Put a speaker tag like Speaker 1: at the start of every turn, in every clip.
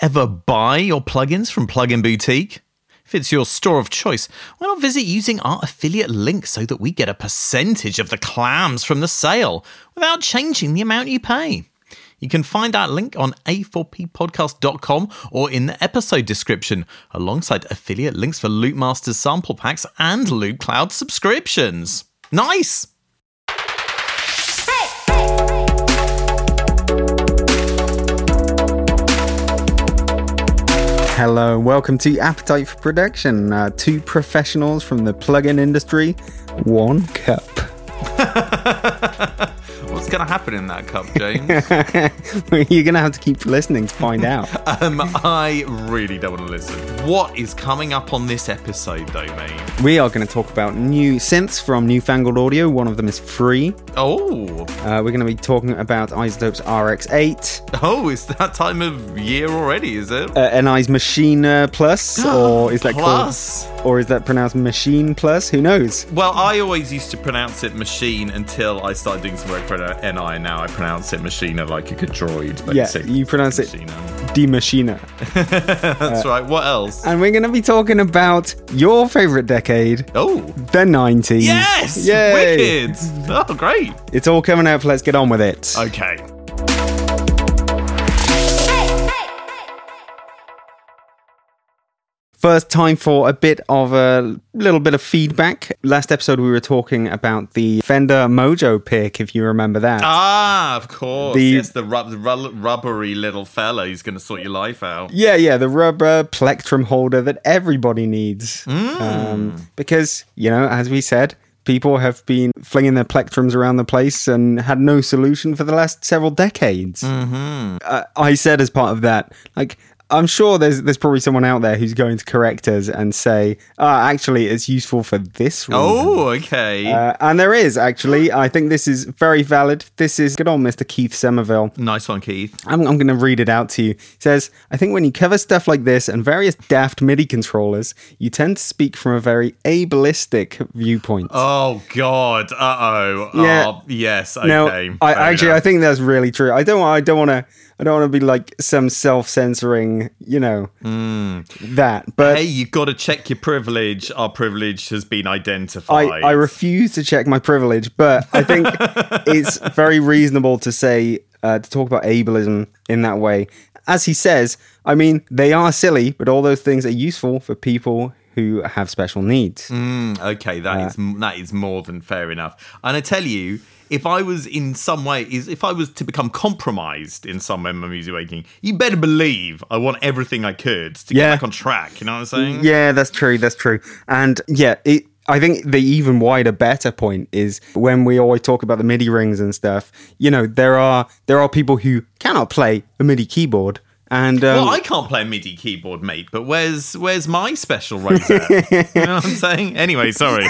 Speaker 1: Ever buy your plugins from Plugin Boutique? If it's your store of choice, why not visit using our affiliate link so that we get a percentage of the clams from the sale without changing the amount you pay? You can find that link on a4ppodcast.com or in the episode description, alongside affiliate links for Loop Masters sample packs and Loop Cloud subscriptions. Nice!
Speaker 2: Hello, welcome to Appetite for Production. Uh, two professionals from the plugin industry, one cup.
Speaker 1: What's going to happen in that cup, James?
Speaker 2: You're going to have to keep listening to find out.
Speaker 1: Um, I really don't want to listen. What is coming up on this episode, though, mate?
Speaker 2: we are going to talk about new synths from Newfangled Audio. One of them is free.
Speaker 1: Oh,
Speaker 2: Uh, we're going to be talking about Isotopes RX8,
Speaker 1: oh, it's that time of year already, is it?
Speaker 2: uh, an Eyes Machine uh, Plus, or is that
Speaker 1: Plus?
Speaker 2: called? Or is that pronounced Machine Plus? Who knows?
Speaker 1: Well, I always used to pronounce it machine until I started doing some work for NI, and now I pronounce it machina like you could droid. basically.
Speaker 2: you pronounce it- Uh,
Speaker 1: Machina.
Speaker 2: De Machina.
Speaker 1: That's right. What else?
Speaker 2: And we're going to be talking about your favorite decade,
Speaker 1: Oh.
Speaker 2: the 90s.
Speaker 1: Yes!
Speaker 2: Yay!
Speaker 1: Wicked! Oh, great.
Speaker 2: It's all coming up. Let's get on with it.
Speaker 1: Okay.
Speaker 2: First time for a bit of a little bit of feedback. Last episode we were talking about the Fender Mojo pick, if you remember that.
Speaker 1: Ah, of course.
Speaker 2: The-
Speaker 1: yes, the, rub- the ru- rubbery little fella who's going to sort your life out.
Speaker 2: yeah, yeah, the rubber plectrum holder that everybody needs. Um, because, you know, as we said, people have been flinging their plectrums around the place and had no solution for the last several decades. uh, I said as part of that, like I'm sure there's there's probably someone out there who's going to correct us and say, ah, actually, it's useful for this reason.
Speaker 1: Oh, okay.
Speaker 2: Uh, and there is actually. I think this is very valid. This is good old Mr. Keith Somerville.
Speaker 1: nice one, Keith.
Speaker 2: I'm, I'm going to read it out to you. It says, I think when you cover stuff like this and various daft MIDI controllers, you tend to speak from a very ableistic viewpoint.
Speaker 1: Oh God! Uh oh.
Speaker 2: Yeah.
Speaker 1: Oh, yes. Okay.
Speaker 2: No, I
Speaker 1: Fair
Speaker 2: actually I
Speaker 1: enough.
Speaker 2: think that's really true. I don't I don't want to I don't want to be like some self-censoring, you know,
Speaker 1: Hmm.
Speaker 2: that. But
Speaker 1: Hey, you got to check your privilege. Our privilege has been identified.
Speaker 2: I, I refuse to check my privilege, but I think it's very reasonable to say, uh, to talk about ableism in that way. As he says, I mean, they are silly, but all those things are useful for people who have special needs.
Speaker 1: Mm, okay, that is that is more than fair enough. And I tell you, if I was in some way, is if I was to become compromised in some way in my music making, you better believe I want everything I could to get
Speaker 2: Yeah.
Speaker 1: back on track. You know what I'm saying?
Speaker 2: Yeah, that's true. That's true. And yeah, it. I think the even wider, better point is when we always talk about the MIDI rings and stuff. You know, there are there are people who cannot play a MIDI keyboard, and um,
Speaker 1: Well, I can't play a MIDI keyboard, mate. But where's where's my special razor? you know what I'm saying? Anyway, sorry.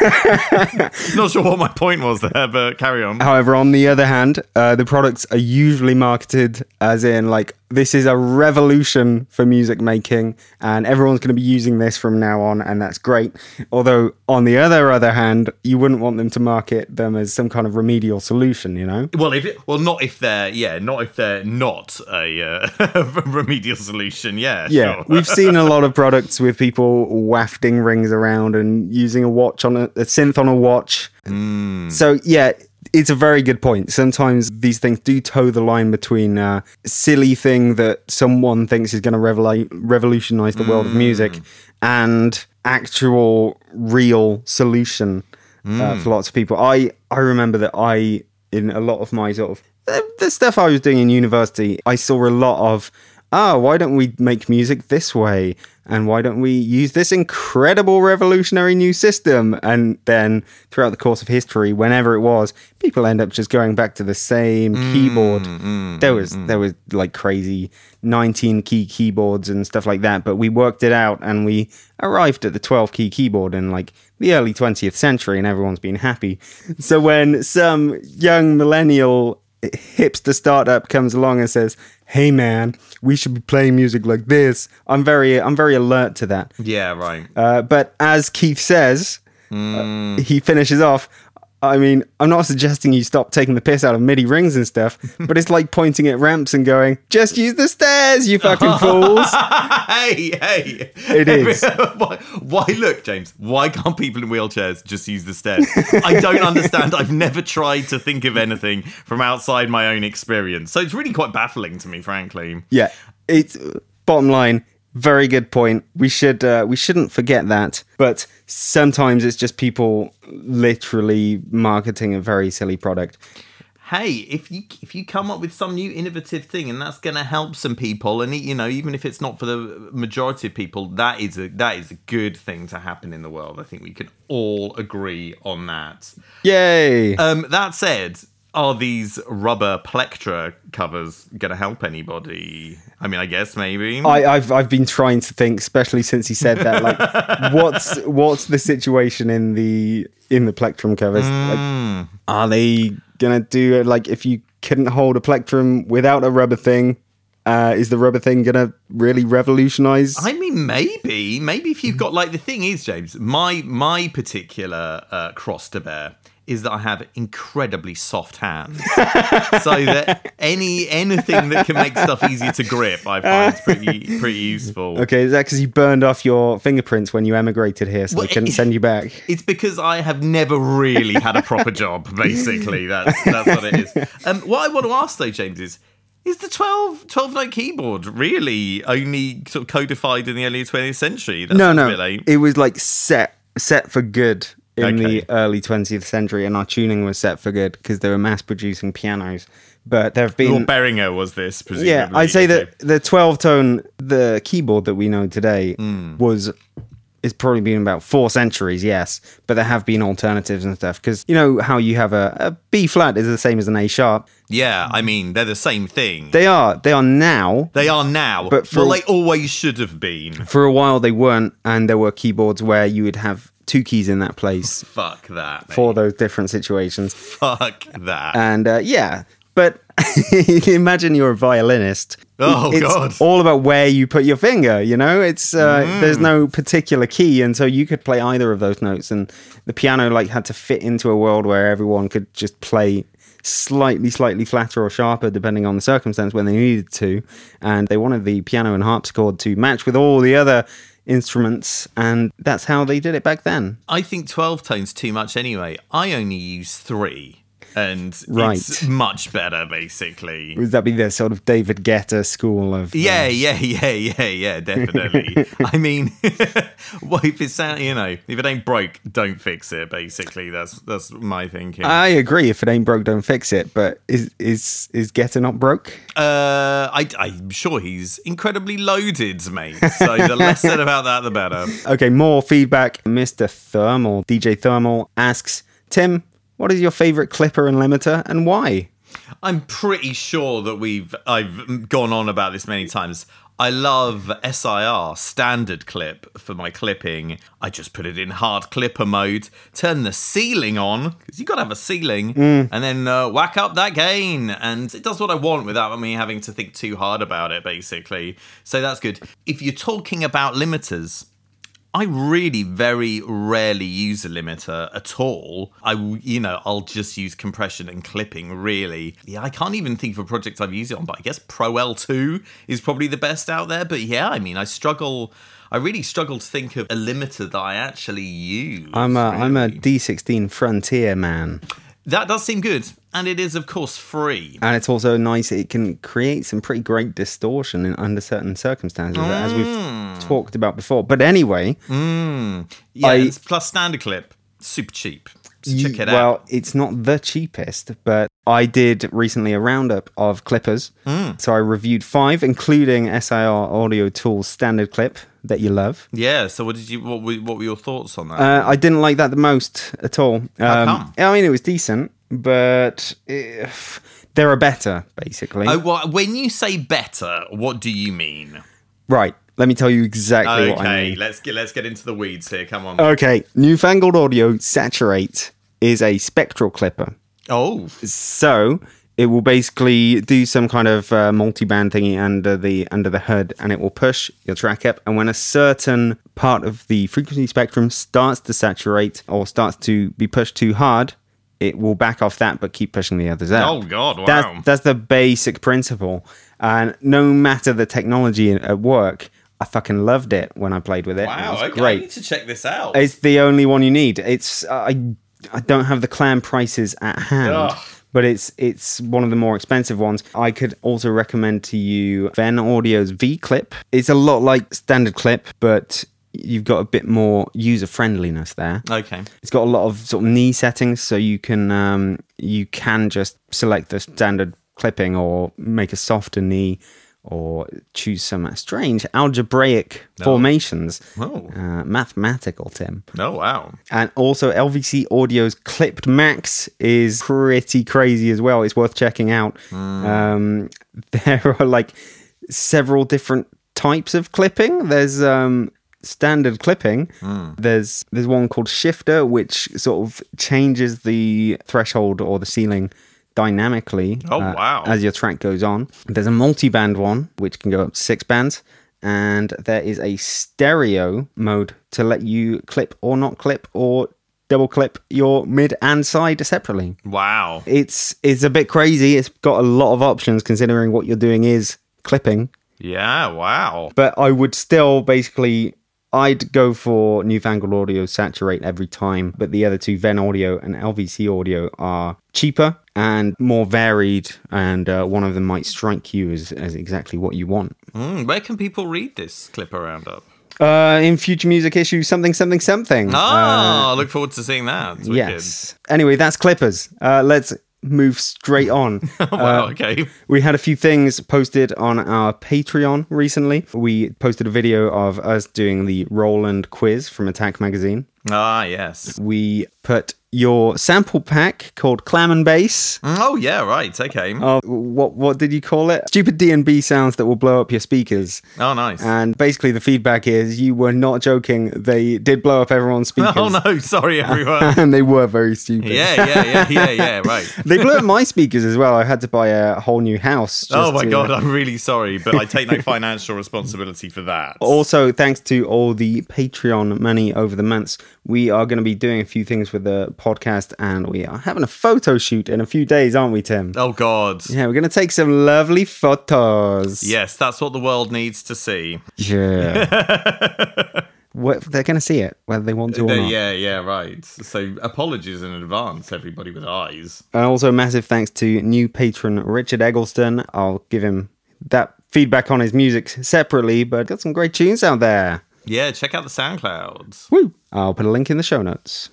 Speaker 1: Not sure what my point was there, but carry on.
Speaker 2: However, on the other hand, uh, the products are usually marketed as in like this is a revolution for music making, and everyone's going to be using this from now on, and that's great. Although, on the other other hand, you wouldn't want them to market them as some kind of remedial solution, you know?
Speaker 1: Well, if it, well, not if they're yeah, not if they're not a uh, remedial solution. Yeah,
Speaker 2: Yeah,
Speaker 1: sure.
Speaker 2: we've seen a lot of products with people wafting rings around and using a watch on a, a synth on a watch.
Speaker 1: Hmm.
Speaker 2: So yeah, it's a very good point. Sometimes these things do toe the line between uh, silly thing that someone thinks is going to revol- revolutionize the world of
Speaker 1: Hmm.
Speaker 2: music and actual real solution
Speaker 1: Hmm.
Speaker 2: uh, for lots of people. I I remember that I in a lot of my sort of the, the stuff I was doing in university, I saw a lot of ah, why don't we make music this way? And why don't we use this incredible revolutionary new system? And then throughout the course of history, whenever it was, people end up just going back to the same keyboard. there was there was like crazy 19 key keyboards and stuff like that, but we worked it out and we arrived at the 12 key keyboard in like the early 20th century and everyone's been happy. So when some young millennial hipster startup comes along and says, "Hey man, we should be playing music like this." I'm very I'm very alert to that.
Speaker 1: yeah, right.
Speaker 2: Uh, but as Keith says, uh, he finishes off. I mean, I'm not suggesting you stop taking the piss out of MIDI rings and stuff, but it's like pointing at ramps and going, just use the stairs, you fucking fools.
Speaker 1: hey, hey.
Speaker 2: It is.
Speaker 1: why, why, look, James, why can't people in wheelchairs just use the stairs? I don't understand. I've never tried to think of anything from outside my own experience. So it's really quite baffling to me, frankly.
Speaker 2: Yeah, it's bottom line. Very good point. We should uh, we shouldn't forget that. But sometimes it's just people literally marketing a very silly product.
Speaker 1: hey, if you if you come up with some new innovative thing and that's going to help some people, and you know, even if it's not for the majority of people, that is a that is a good thing to happen in the world. I think we can all agree on that.
Speaker 2: Yay!
Speaker 1: Um, that said, are these rubber plectra covers going to help anybody? I mean, I guess maybe.
Speaker 2: I, I've I've been trying to think, especially since he said that. Like, what's what's the situation in the in the plectrum covers?
Speaker 1: Mm.
Speaker 2: Like, are they gonna do it? Like, if you couldn't hold a plectrum without a rubber thing, uh, is the rubber thing gonna really revolutionize?
Speaker 1: I mean, maybe, maybe if you've got like the thing is, James, my my particular uh, cross to bear is that I have incredibly soft hands, so that any anything that can make stuff easier to grip, I find is pretty pretty useful.
Speaker 2: Okay, is that because you burned off your fingerprints when you emigrated here, so
Speaker 1: Well,
Speaker 2: they couldn't
Speaker 1: it-
Speaker 2: send you back?
Speaker 1: It's because I have never really had a proper job. Basically, that's that's what it is. Um, what I want to ask though, James, is is the 12, 12 note keyboard really only sort of codified in the early twentieth century? That
Speaker 2: No,
Speaker 1: sounds a
Speaker 2: no,
Speaker 1: bit late.
Speaker 2: it was like set set for good in
Speaker 1: Okay.
Speaker 2: the early 20th century, and our tuning was set for good because they were mass producing pianos. But there have
Speaker 1: Lord
Speaker 2: been,
Speaker 1: Beringer was this, presumably.
Speaker 2: yeah, I'd say
Speaker 1: okay.
Speaker 2: that the 12 tone, the keyboard that we know today
Speaker 1: Hmm.
Speaker 2: was. It's probably been about four centuries, yes, but there have been alternatives and stuff because you know how you have a, a B flat is the same as an A sharp.
Speaker 1: Yeah, I mean, they're the same thing. They,
Speaker 2: They are they are now
Speaker 1: are now,
Speaker 2: But
Speaker 1: but
Speaker 2: for-
Speaker 1: well, they always should have been.
Speaker 2: for a while they weren't and there were keyboards where you would have two keys in that place
Speaker 1: Fuck that. mate.
Speaker 2: for those different situations
Speaker 1: Fuck that.
Speaker 2: and uh, yeah but imagine you're a violinist
Speaker 1: Oh,
Speaker 2: it's
Speaker 1: God. Mm.
Speaker 2: all about where you put your finger you know it's uh, there's no particular key and so you could play either of those notes and the piano like had to fit into a world where everyone could just play slightly slightly flatter or sharper depending on the circumstance when they needed to and they wanted the piano and harpsichord to match with all the other instruments and that's how they did it back then
Speaker 1: I think 12 tones too much anyway. I only use three, and it's
Speaker 2: Right.
Speaker 1: much better, basically.
Speaker 2: would that be the sort of david guetta school of uh,
Speaker 1: Yeah, yeah, yeah, yeah, yeah, definitely. I mean, well, if it's sound, you know, if it ain't broke, don't fix it. Basically, that's that's my thinking.
Speaker 2: I agree. If it ain't broke, don't fix it. But is is is Getter not broke?
Speaker 1: Uh, I, I'm sure he's incredibly loaded, mate. So the less said about that, the better.
Speaker 2: Okay, more feedback. Mr. Thermal, DJ Thermal asks Tim, what is your favorite clipper and limiter, and why?
Speaker 1: I'm pretty sure that we've I've gone on about this many times. I love SIR standard clip for my clipping. I just put it in hard clipper mode, turn the ceiling on because you got to have a ceiling, and then uh, whack up that gain, and it does what I want without me having to think too hard about it. Basically, so that's good. If you're talking about limiters, I really very rarely use a limiter at all. I, w- you know, I'll just use compression and clipping really. Yeah, I can't even think of a project I've used it on, but I guess Pro L2 is probably the best out there. But yeah, I mean, I struggle, I really struggle to think of a limiter that I actually use.
Speaker 2: I'm a am a D16 Frontier man,
Speaker 1: that does seem good. And it is, of course, free.
Speaker 2: and it's also nice. It can create some pretty great distortion in, under certain circumstances, as we've talked about before. But anyway,
Speaker 1: Yeah,
Speaker 2: I-
Speaker 1: it's plus standard clip, super cheap. So
Speaker 2: You-
Speaker 1: check it
Speaker 2: well,
Speaker 1: out.
Speaker 2: it's not the cheapest, but I did recently a roundup of clippers.
Speaker 1: Hmm.
Speaker 2: So I reviewed five, including SIR Audio Tools standard clip that you love.
Speaker 1: Yeah. So, what did you? What were, what were your thoughts on that?
Speaker 2: Uh, I didn't like that the most at all. Um,
Speaker 1: come?
Speaker 2: I mean, it was decent, but if there are better, basically.
Speaker 1: oh, well, when you say better, what do you mean?
Speaker 2: Right. Let me tell you exactly
Speaker 1: Okay,
Speaker 2: what I Uh, mean.
Speaker 1: let's get let's get into the weeds here. Come on.
Speaker 2: Okay. Newfangled Audio Saturate is a spectral clipper.
Speaker 1: oh,
Speaker 2: So it will basically do some kind of uh, multi-band thingy under the under the hood, and it will push your track up. And when a certain part of the frequency spectrum starts to saturate or starts to be pushed too hard, it will back off that but keep pushing the others out.
Speaker 1: Oh, God, wow.
Speaker 2: That's, that's the basic principle. And no matter the technology at work, I fucking loved it when I played with it. it was great.
Speaker 1: to check this out.
Speaker 2: It's the only one you need. It's I I don't have the clam prices at hand,
Speaker 1: Ugh.
Speaker 2: but it's it's one of the more expensive ones. I could also recommend to you Ven Audio's V Clip. It's a lot like standard clip, but you've got a bit more user friendliness there.
Speaker 1: okay.
Speaker 2: It's got a lot of sort of knee settings, so you can um, you can just select the standard clipping or make a softer knee. Or choose some strange algebraic formations.
Speaker 1: Oh.
Speaker 2: Uh, mathematical, Tim.
Speaker 1: Oh, wow.
Speaker 2: And also, LVC Audio's Clipped Max is pretty crazy as well. It's worth checking out. Um, there are like several different types of clipping. There's um, standard clipping.
Speaker 1: Hmm.
Speaker 2: There's there's one called shifter, which sort of changes the threshold or the ceiling dynamically. uh,
Speaker 1: Oh, wow.
Speaker 2: As your track goes on. There's a multi-band one which can go up to six bands, and there is a stereo mode to let you clip or not clip or double clip your mid and side separately.
Speaker 1: Wow.
Speaker 2: It's it's a bit crazy. It's got a lot of options considering what you're doing is clipping,
Speaker 1: Yeah, wow.
Speaker 2: but I would still basically. I'd go for Newfangled Audio Saturate every time, but the other two, Ven Audio and LVC Audio, are cheaper and more varied, and uh, one of them might strike you as, as exactly what you want.
Speaker 1: Mm, where can people read this Clipper Roundup?
Speaker 2: Uh, in future music issue, something, something, something.
Speaker 1: Ah, I look forward to seeing that. It's wicked.
Speaker 2: Uh, yes. Anyway, that's Clippers. Uh, let's move straight on.
Speaker 1: Oh,
Speaker 2: Uh,
Speaker 1: wow, okay.
Speaker 2: We had a few things posted on our Patreon recently. We posted a video of us doing the Roland quiz from Attack Magazine.
Speaker 1: Ah, yes.
Speaker 2: We put your sample pack called Clam and Bass.
Speaker 1: Oh, yeah, right. Okay. Oh,
Speaker 2: Of what what did you call it? Stupid D and B sounds that will blow up your speakers.
Speaker 1: Oh, nice.
Speaker 2: And basically, the feedback is you were not joking. They did blow up everyone's speakers,
Speaker 1: Oh, no. Sorry, everyone.
Speaker 2: and they were very stupid.
Speaker 1: yeah, yeah, yeah, yeah, yeah, right.
Speaker 2: they blew up my speakers as well. I had to buy a whole new house. just
Speaker 1: Oh, my
Speaker 2: to- uh,
Speaker 1: God. I'm really sorry, but I take no financial responsibility for that.
Speaker 2: Also, thanks to all the Patreon money over the months, we are going to be doing a few things with the podcast and we are having a photo shoot in a few days, aren't we, Tim?
Speaker 1: Oh, God.
Speaker 2: Yeah, we're going to take some lovely photos.
Speaker 1: Yes, that's what the world needs to see.
Speaker 2: Yeah. what, they're going to see it, whether they want to or
Speaker 1: Yeah,
Speaker 2: not.
Speaker 1: yeah, yeah, right. So apologies in advance, everybody with eyes.
Speaker 2: And also, massive thanks to new patron Richard Eggleston. I'll give him that feedback on his music separately, but got some great tunes out there.
Speaker 1: Yeah, check out the SoundClouds.
Speaker 2: Woo! I'll put a link in the show notes.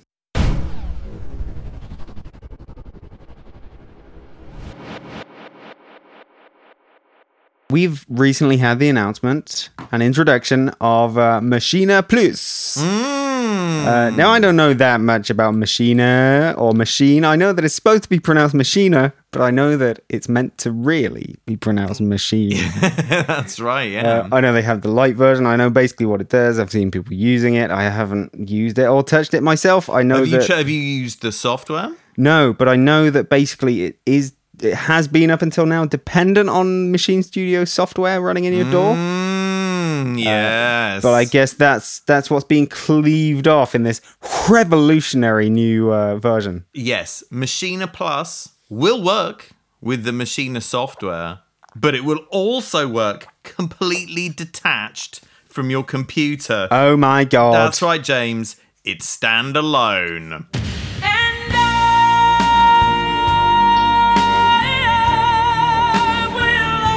Speaker 2: We've recently had the announcement and introduction of uh, Machina Plus.
Speaker 1: Mm.
Speaker 2: Uh, now, I don't know that much about Machina or Machine. I know that it's supposed to be pronounced Machina, but I know that it's meant to really be pronounced Machine.
Speaker 1: That's right, yeah.
Speaker 2: Uh, I know they have the light version. I know basically what it does. I've seen people using it. I haven't used it or touched it myself. I know
Speaker 1: have, you
Speaker 2: that
Speaker 1: ch- have you used the software?
Speaker 2: no, but I know that basically it is. It has been up until now dependent on Machine Studio software running in your door.
Speaker 1: Mm, yes.
Speaker 2: Uh, But I guess that's that's what's being cleaved off in this revolutionary new uh, version.
Speaker 1: yes, Machina Plus will work with the Machina software, but it will also work completely detached from your computer.
Speaker 2: Oh my god!
Speaker 1: That's right, James. It's standalone.
Speaker 3: And I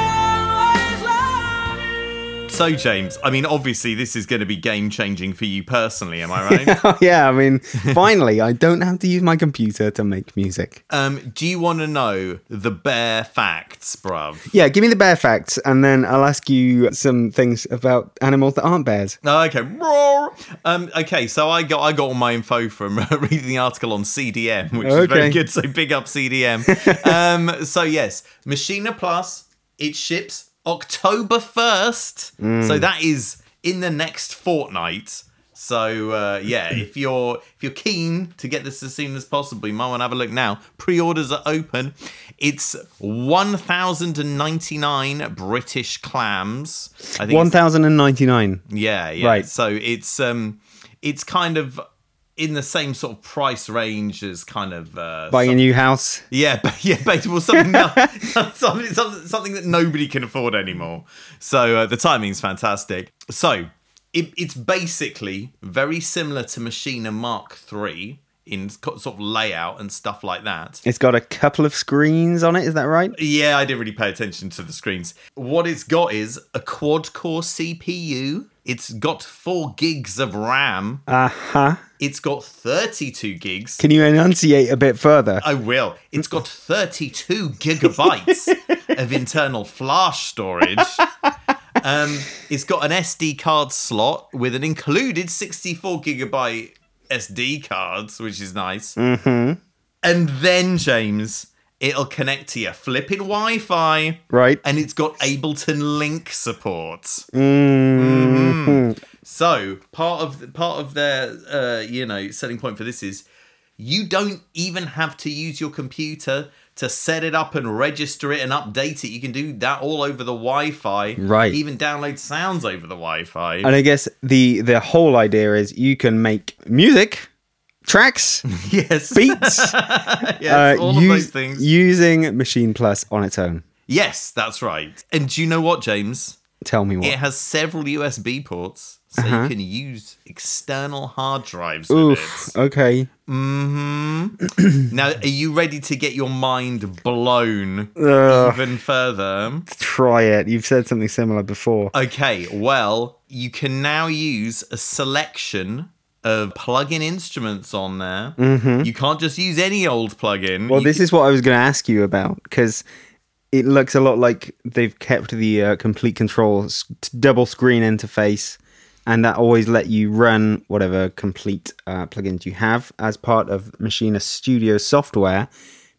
Speaker 3: will always love you.
Speaker 1: So, James, I mean, obviously, this is going to be game changing for you personally, am I right?
Speaker 2: yeah, I mean, finally, I don't have to use my computer to make music.
Speaker 1: um, do you want to know the bare facts, bruv?
Speaker 2: Yeah, give me the bear facts, and then I'll ask you some things about animals that aren't bears.
Speaker 1: Okay, roar. Um, okay, so I got I got all my info from reading the article on CDM, which is very
Speaker 2: Okay.
Speaker 1: good. So big up CDM. um, so yes, Machina Plus it ships October first. So that is in the next fortnight. So uh, yeah, if you're if you're keen to get this as soon as possible, you might want to have a look now. Pre-orders are open. It's one thousand and ninety nine British clams. I think it's-
Speaker 2: 1099.
Speaker 1: yeah, yeah.
Speaker 2: Right.
Speaker 1: So it's um it's kind of in the same sort of price range as kind of uh,
Speaker 2: Buying a new house.
Speaker 1: Yeah, ba- yeah, basically well, something, that- something, something, something that nobody can afford anymore. So uh, the timing's fantastic. So it, it's basically very similar to Machina Mark III in co- sort of layout and stuff like that.
Speaker 2: It's got a couple of screens on it. Is that right?
Speaker 1: Yeah, I didn't really pay attention to the screens. What it's got is a quad core CPU. It's got four gigs of RAM.
Speaker 2: Uh huh.
Speaker 1: It's got 32 gigs.
Speaker 2: Can you enunciate a bit further?
Speaker 1: I will. It's got 32 gigabytes of internal flash storage. Um, it's got an SD card slot with an included 64 gigabyte SD cards, which is nice. Mm-hmm. And then, James, it'll connect to your flipping Wi Fi.
Speaker 2: right.
Speaker 1: And it's got Ableton Link support.
Speaker 2: Mm-hmm.
Speaker 1: Mhm. So part of part of their uh, you know selling point for this is you don't even have to use your computer to set it up and register it and update it. You can do that all over the Wi-Fi.
Speaker 2: Right.
Speaker 1: Even download sounds over the Wi-Fi.
Speaker 2: And I guess the the whole idea is you can make music, tracks,
Speaker 1: yes.
Speaker 2: beats,
Speaker 1: yes.
Speaker 2: uh,
Speaker 1: all
Speaker 2: use-
Speaker 1: of those things.
Speaker 2: using Machine Plus on its own.
Speaker 1: yes, that's right. And do you know what, James?
Speaker 2: Tell me what. Uh-huh.
Speaker 1: It has several USB ports, so you can use external hard drives with it.
Speaker 2: Oof. Okay.
Speaker 1: Mm-hmm. Now, are you ready to get your mind blown
Speaker 2: Ugh,
Speaker 1: even further?
Speaker 2: try it. You've said something similar before.
Speaker 1: Okay, well, you can now use a selection of plug-in instruments on there. You can't just use any old plug-in.
Speaker 2: Mm-hmm. Well,
Speaker 1: You
Speaker 2: this is what I was going to ask you about because it looks a lot like they've kept the uh, complete control s- double screen interface, and that always let you run whatever complete uh, plugins you have as part of Machina Studio software.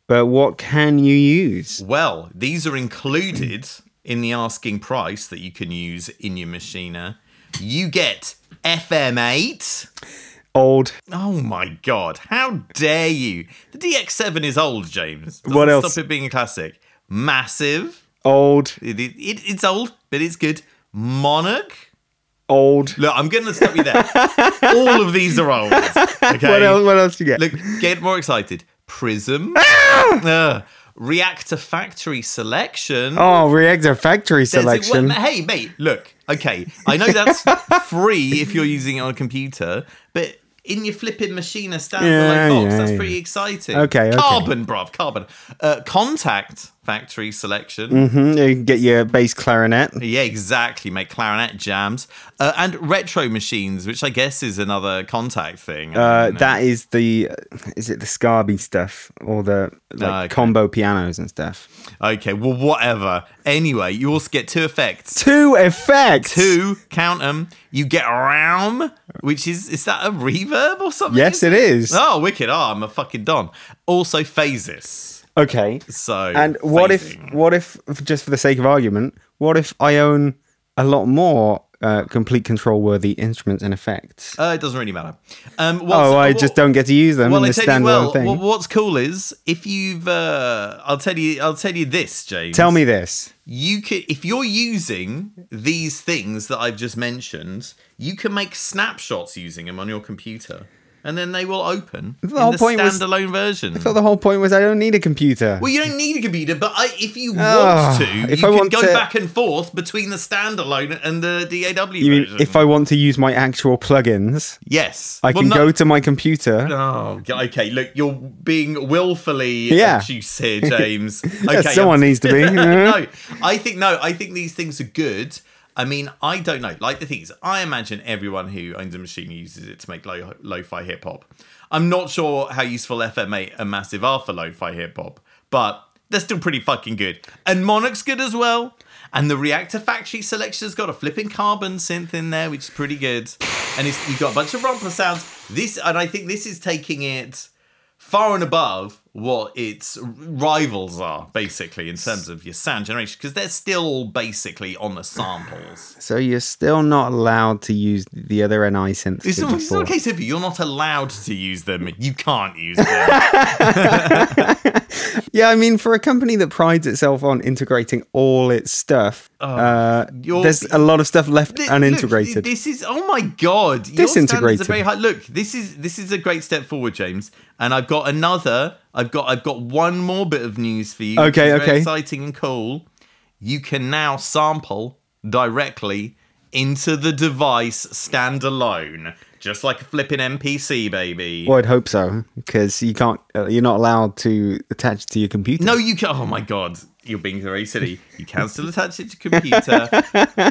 Speaker 2: But what can you use?
Speaker 1: Well, these are included in the asking price that you can use in your machina. You get FM8.
Speaker 2: Old.
Speaker 1: Oh my god, how dare you? The DX7 is old, James. Doesn't
Speaker 2: What else?
Speaker 1: Stop it being a classic. Massive.
Speaker 2: Old,
Speaker 1: It, it, it- it's old, but it's good. Monarch.
Speaker 2: old.
Speaker 1: Look, I'm going to stop you there. All of these are old. Okay.
Speaker 2: What else? What else do you get?
Speaker 1: Look, get more excited. Prism. Ugh. reactor Factory Selection.
Speaker 2: Ah! oh, Reactor Factory
Speaker 1: There's a-
Speaker 2: selection.
Speaker 1: well, hey, mate, look. Okay. I know that's free if you're using it on a computer, but in your flipping machine, a standalone
Speaker 2: Yeah,
Speaker 1: box,
Speaker 2: yeah,
Speaker 1: that's
Speaker 2: yeah.
Speaker 1: pretty exciting.
Speaker 2: Okay, okay.
Speaker 1: Carbon, bruv, carbon. Uh, contact Factory Selection.
Speaker 2: Mhm, you can get your bass clarinet.
Speaker 1: Yeah, exactly, mate. Clarinet jams uh, and retro machines, which I guess is another contact thing. Um,
Speaker 2: Uh, that is the is it the Scarby stuff or the like
Speaker 1: Ah, okay.
Speaker 2: combo pianos and stuff.
Speaker 1: okay, well, whatever. Anyway, you also get two effects.
Speaker 2: Two effects.
Speaker 1: Two, count them. You get Realm, which is is that a reverb or something?
Speaker 2: Yes, it is.
Speaker 1: Oh, wicked! Oh, I'm a fucking don. Also, phases.
Speaker 2: Okay.
Speaker 1: So
Speaker 2: And what
Speaker 1: phasing.
Speaker 2: if what if just for the sake of argument, what if I own a lot more uh, complete control worthy instruments and effects?
Speaker 1: Uh, it doesn't really matter. Um, what's-
Speaker 2: Oh, I
Speaker 1: what-
Speaker 2: just don't get to use them
Speaker 1: Well,
Speaker 2: in
Speaker 1: I
Speaker 2: the
Speaker 1: tell you,
Speaker 2: standalone
Speaker 1: well,
Speaker 2: thing.
Speaker 1: wh- what's cool is if you've, uh, I'll tell you, I'll tell you this, James.
Speaker 2: Tell me this.
Speaker 1: you can if you're using these things that I've just mentioned, you can make snapshots using them on your computer, and then they will open in
Speaker 2: whole
Speaker 1: the
Speaker 2: point was-
Speaker 1: standalone version.
Speaker 2: But the whole point was I don't need a computer.
Speaker 1: well, you don't need a computer, but I, if you want
Speaker 2: Ah,
Speaker 1: to,
Speaker 2: if
Speaker 1: you
Speaker 2: I
Speaker 1: can
Speaker 2: want
Speaker 1: go
Speaker 2: to-
Speaker 1: back and forth between the standalone and the DAW
Speaker 2: you mean
Speaker 1: version.
Speaker 2: if I want to use my actual plugins,
Speaker 1: yes,
Speaker 2: I
Speaker 1: Well,
Speaker 2: can
Speaker 1: no-
Speaker 2: go to my computer.
Speaker 1: Oh, g- okay. Look, you're being willfully
Speaker 2: Yeah.
Speaker 1: obtuse here, James. Okay,
Speaker 2: Yeah, someone
Speaker 1: I'm-
Speaker 2: needs to be.
Speaker 1: no, I think no. I think these things are good. I mean, I don't know. Like the things, I imagine everyone who owns a machine uses it to make lo- lo-fi hip hop. I'm not sure how useful FM8 and Massive are for lo-fi hip hop, but they're still pretty fucking good. And Monarch's good as well. And the Reactor Factory selection's got a flipping carbon synth in there, which is pretty good. And it's, you've got a bunch of romper sounds. This, and I think this is taking it far and above what its rivals are, basically, in terms of your sound generation, because they're still all basically on the samples.
Speaker 2: So you're still not allowed to use the other NI synths.
Speaker 1: It's
Speaker 2: that
Speaker 1: not,
Speaker 2: you
Speaker 1: it's not a
Speaker 2: bought.
Speaker 1: case of you're not allowed to use them. You can't use them.
Speaker 2: Yeah, I mean, for a company that prides itself on integrating all its stuff, uh,
Speaker 1: you're-
Speaker 2: there's a lot of stuff left
Speaker 1: Th-
Speaker 2: unintegrated.
Speaker 1: Oh, look, this is oh my god. Your standards are
Speaker 2: Disintegrated.
Speaker 1: very high. Look, this is this is a great step forward, James. And I've got another. I've got I've got one more bit of news for you. which
Speaker 2: Okay,
Speaker 1: is very
Speaker 2: okay.
Speaker 1: exciting and cool. You can now sample directly into the device standalone, just like a flipping MPC, baby.
Speaker 2: well, Oh, I'd hope so, because you can't, uh, you're not allowed to attach it to your computer.
Speaker 1: No, you can. Oh my god, you're being very silly. You can still attach it to computer.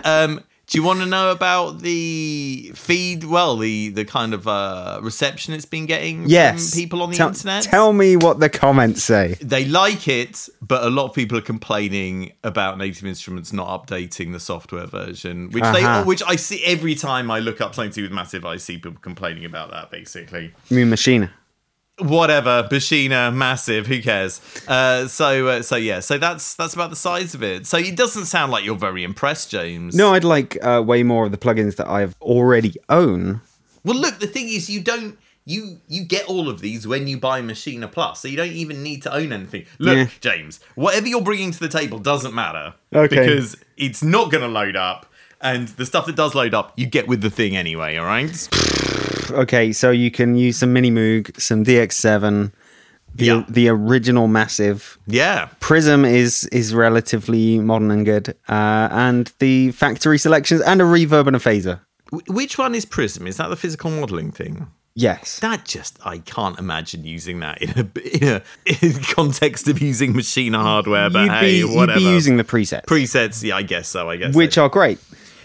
Speaker 1: um, do you want to know about the feed? Well, the the kind of uh, reception it's been getting
Speaker 2: yes,
Speaker 1: from um, people on the
Speaker 2: tell,
Speaker 1: internet.
Speaker 2: Tell me what the comments say.
Speaker 1: they like it, but a lot of people are complaining about Native Instruments not updating the software version, which
Speaker 2: Uh-huh.
Speaker 1: they which I see every time I look up something to do with Massive. I see people complaining about that basically.
Speaker 2: You mean machine?
Speaker 1: whatever Bashina massive who cares uh, so uh, so yeah so that's that's about the size of it so it doesn't sound like you're very impressed James
Speaker 2: No, I'd like uh, way more of the plugins that I've already own.
Speaker 1: well look the thing is you don't you you get all of these when you buy Machina Plus so you don't even need to own anything look
Speaker 2: Yeah.
Speaker 1: James whatever you're bringing to the table doesn't matter
Speaker 2: Okay.
Speaker 1: because it's not gonna load up and the stuff that does load up you get with the thing anyway all right
Speaker 2: Okay, so you can use some Mini Moog, some DX7, the
Speaker 1: Yeah.
Speaker 2: the original massive.
Speaker 1: yeah
Speaker 2: Prism is is relatively modern and good, uh, and the factory selections and a reverb and a phaser.
Speaker 1: Wh- which one is Prism is that the physical modeling thing
Speaker 2: Yes.
Speaker 1: that just I can't imagine using that in a in a in context of using machine hardware. But
Speaker 2: you'd,
Speaker 1: hey,
Speaker 2: be, you'd
Speaker 1: whatever.
Speaker 2: be using the presets,
Speaker 1: presets. Yeah, I guess so. I guess
Speaker 2: which um,
Speaker 1: so.
Speaker 2: are great.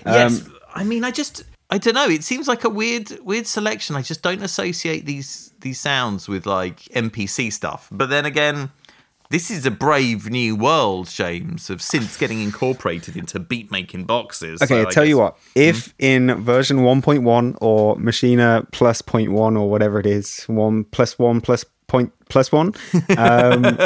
Speaker 1: yes. I mean, I just I don't know. It seems like a weird weird selection. I just don't associate these these sounds with like MPC stuff. But then again. This is a brave new world, James, of synths getting incorporated into beat making boxes.
Speaker 2: Okay,
Speaker 1: So
Speaker 2: I
Speaker 1: I
Speaker 2: tell you
Speaker 1: guess- Mm-hmm.
Speaker 2: what, if in version 1.1 or Machina plus 0.1 or whatever it is, 1 plus 1 plus point plus 1, um,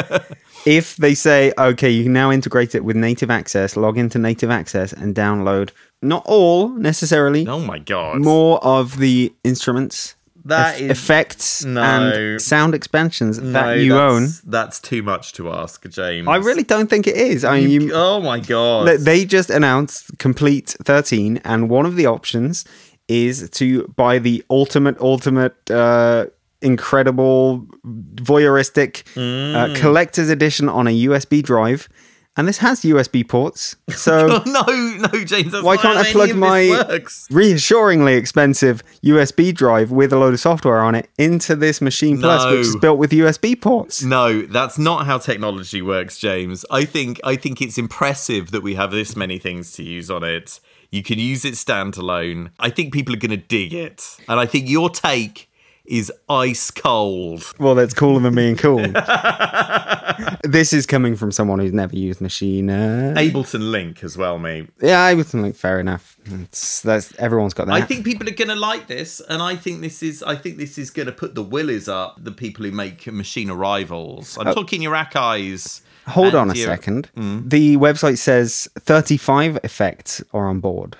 Speaker 2: if they say, okay, you can now integrate it with native access, log into native access and download, not all necessarily,
Speaker 1: Oh my god!
Speaker 2: more of the instruments,
Speaker 1: That
Speaker 2: eff-
Speaker 1: is-
Speaker 2: effects,
Speaker 1: No.
Speaker 2: and sound expansions
Speaker 1: No,
Speaker 2: that you own.
Speaker 1: that's- That's too much to ask, James.
Speaker 2: I really don't think it is. I mean, you,
Speaker 1: Oh my god!
Speaker 2: They- They just announced complete 13, and one of the options is to buy the ultimate, ultimate, uh, incredible, voyeuristic
Speaker 1: Mm.
Speaker 2: uh, collector's edition on a USB drive. And this has USB ports. So
Speaker 1: no, no, James. That's
Speaker 2: why
Speaker 1: not
Speaker 2: can't
Speaker 1: how
Speaker 2: I
Speaker 1: any
Speaker 2: plug
Speaker 1: of
Speaker 2: my
Speaker 1: this Works.
Speaker 2: reassuringly expensive USB drive with a load of software on it into this Machine Plus, which is
Speaker 1: No.
Speaker 2: built with USB ports?
Speaker 1: No, that's not how technology works, James. I think I think it's impressive that we have this many things to use on it. You can use it standalone. I think people are going to dig it, and I think your take is ice cold.
Speaker 2: Well, that's cooler than being cool. this is coming from someone who's never used Machine. uh,
Speaker 1: Ableton Link as well, mate.
Speaker 2: Yeah, I would think fair enough. It's, that's everyone's got that.
Speaker 1: I think people are going to like this, and I think this is I think this is going to put the willies up. The people who make machine arrivals. I'm talking your Akai's.
Speaker 2: Uh, Hold
Speaker 1: and
Speaker 2: on a
Speaker 1: your-
Speaker 2: second.
Speaker 1: Hmm?
Speaker 2: The website says 35 effects are on board.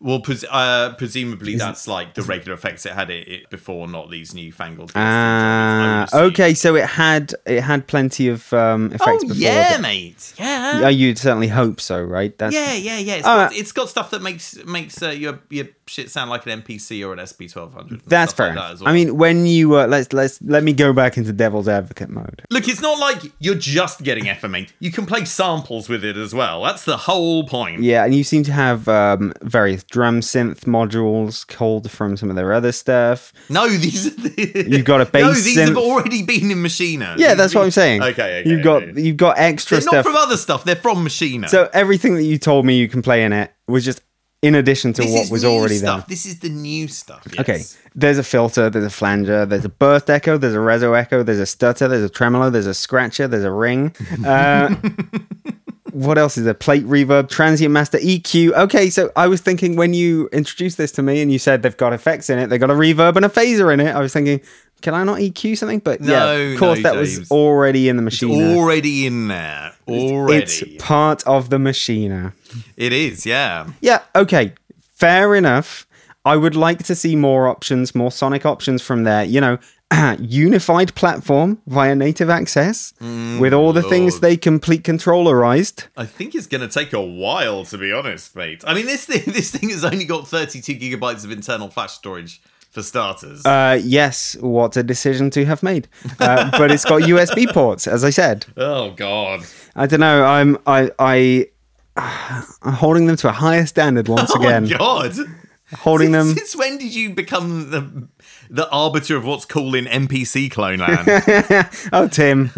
Speaker 1: Well, pres- uh, presumably that's like the regular effects it had it, it before, not these newfangled. things.
Speaker 2: Ah,
Speaker 1: I would assume.
Speaker 2: okay. So it had it had plenty of um,
Speaker 1: Oh
Speaker 2: effects before.
Speaker 1: yeah,
Speaker 2: but-
Speaker 1: mate. Yeah.
Speaker 2: Yeah, you'd certainly hope so, right? That's
Speaker 1: Yeah, yeah, yeah. It's
Speaker 2: Uh,
Speaker 1: got, it's got stuff that makes makes uh, your your shit sound like an MPC or an SB twelve hundred.
Speaker 2: that's fair enough. I mean, when you uh, let's let's let me go back into devil's advocate mode.
Speaker 1: look, it's not like you're just getting FMA. You can play samples with it as well. That's the whole point.
Speaker 2: Yeah, and you seem to have um, various drum synth modules culled from some of their other stuff.
Speaker 1: No, these are the-
Speaker 2: You've got a
Speaker 1: No,
Speaker 2: bass
Speaker 1: these have
Speaker 2: synth.
Speaker 1: already been in Machina.
Speaker 2: Yeah,
Speaker 1: These
Speaker 2: that's
Speaker 1: have
Speaker 2: what
Speaker 1: been-
Speaker 2: I'm saying.
Speaker 1: Okay, okay.
Speaker 2: you've got
Speaker 1: okay.
Speaker 2: you've got extra
Speaker 1: They're
Speaker 2: stuff.
Speaker 1: not from other stuff. They're from Machina.
Speaker 2: So everything that you told me you can play in it was just in addition to what was
Speaker 1: new
Speaker 2: already
Speaker 1: stuff. This is the new stuff.
Speaker 2: there. Okay.
Speaker 1: yes.
Speaker 2: There's a filter, there's a flanger, there's a burst echo, there's a reso echo, there's a stutter, there's a tremolo, there's a scratcher, there's a ring. Uh, what else is there? Plate reverb, transient master, EQ. Okay, so I was thinking when you introduced this to me and you said they've got effects in it, they've got a reverb and a phaser in it, I was thinking, can I not EQ something? But yeah,
Speaker 1: No,
Speaker 2: of course,
Speaker 1: no,
Speaker 2: that
Speaker 1: James.
Speaker 2: was already in the
Speaker 1: It's
Speaker 2: machine.
Speaker 1: already in there. Already.
Speaker 2: It's part of the machine.
Speaker 1: It is, yeah.
Speaker 2: Yeah, okay. Fair enough. I would like to see more options, more Sonic options from there. You know, unified platform via native access with all the things
Speaker 1: Lord.
Speaker 2: they complete controllerized.
Speaker 1: I think it's going to take a while, to be honest, mate. I mean, this thing, this thing has only got 32 gigabytes of internal flash storage for starters.
Speaker 2: Uh, yes, what a decision to have made. Uh, but it's got USB ports, as I said.
Speaker 1: oh, God.
Speaker 2: I don't know. I'm I I I'm holding them to a higher standard once again.
Speaker 1: Oh, my God.
Speaker 2: Holding
Speaker 1: since,
Speaker 2: them.
Speaker 1: Since when did you become the the arbiter of what's cool in NPC clone land?
Speaker 2: Oh, Tim,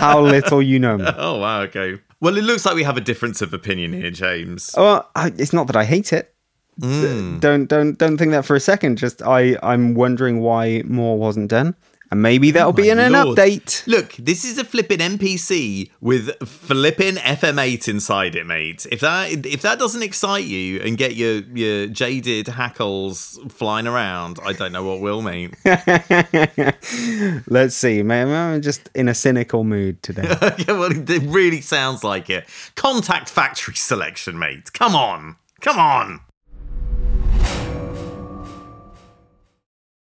Speaker 2: how little you know me.
Speaker 1: oh wow, okay. Well, it looks like we have a difference of opinion here, James.
Speaker 2: Well, I, it's not that I hate it. D- don't don't don't think that for a second. Just I I'm wondering why more wasn't done, and maybe that'll be in an
Speaker 1: Lord.
Speaker 2: update.
Speaker 1: Look, this is a flipping NPC with flipping FM8 inside it, mate. If that if that doesn't excite you and get your your jaded hackles flying around, I don't know what will, mate.
Speaker 2: Let's see. Man, I'm just in a cynical mood today.
Speaker 1: yeah, well, it really sounds like it. Contact factory selection, mate. Come on, come on.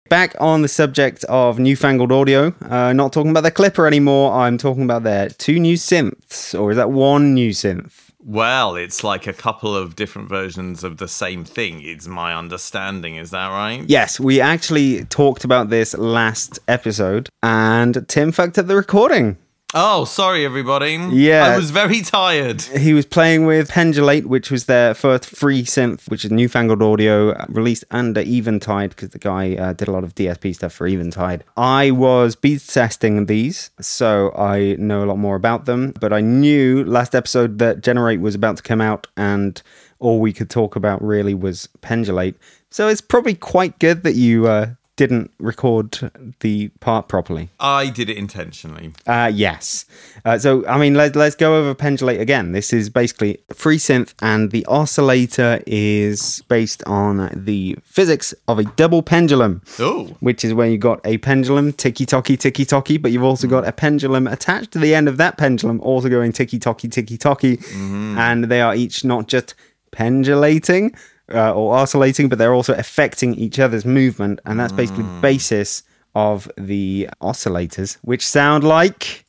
Speaker 2: Back on the subject of newfangled audio, uh, not talking about the Clipper anymore. I'm talking about their two new synths, or is that one new synth?
Speaker 1: Well, it's like a couple of different versions of the same thing. It's my understanding. Is that right?
Speaker 2: Yes, we actually talked about this last episode, and Tim fucked up the recording.
Speaker 1: Oh, sorry, everybody.
Speaker 2: Yeah.
Speaker 1: I was very tired.
Speaker 2: He was playing with Pendulate, which was their first free synth, which is newfangled audio, uh, released under Eventide, because the guy uh, did a lot of DSP stuff for Eventide. I was beat testing these, so I know a lot more about them, but I knew last episode that Generate was about to come out, and all we could talk about really was Pendulate. So it's probably quite good that you uh, didn't record the part properly.
Speaker 1: I did it intentionally.
Speaker 2: Uh, yes. Uh, so, I mean, let, let's go over Pendulate again. This is basically free synth, and the oscillator is based on the physics of a double pendulum,
Speaker 1: Oh,
Speaker 2: which is where you've got a pendulum ticky tocky, ticky tocky, but you've also got a pendulum attached to the end of that pendulum, also going ticky tocky, ticky tocky. And they are each not just pendulating uh, or oscillating, but they're also affecting each other's movement. And that's basically the basis of the oscillators, which sound like.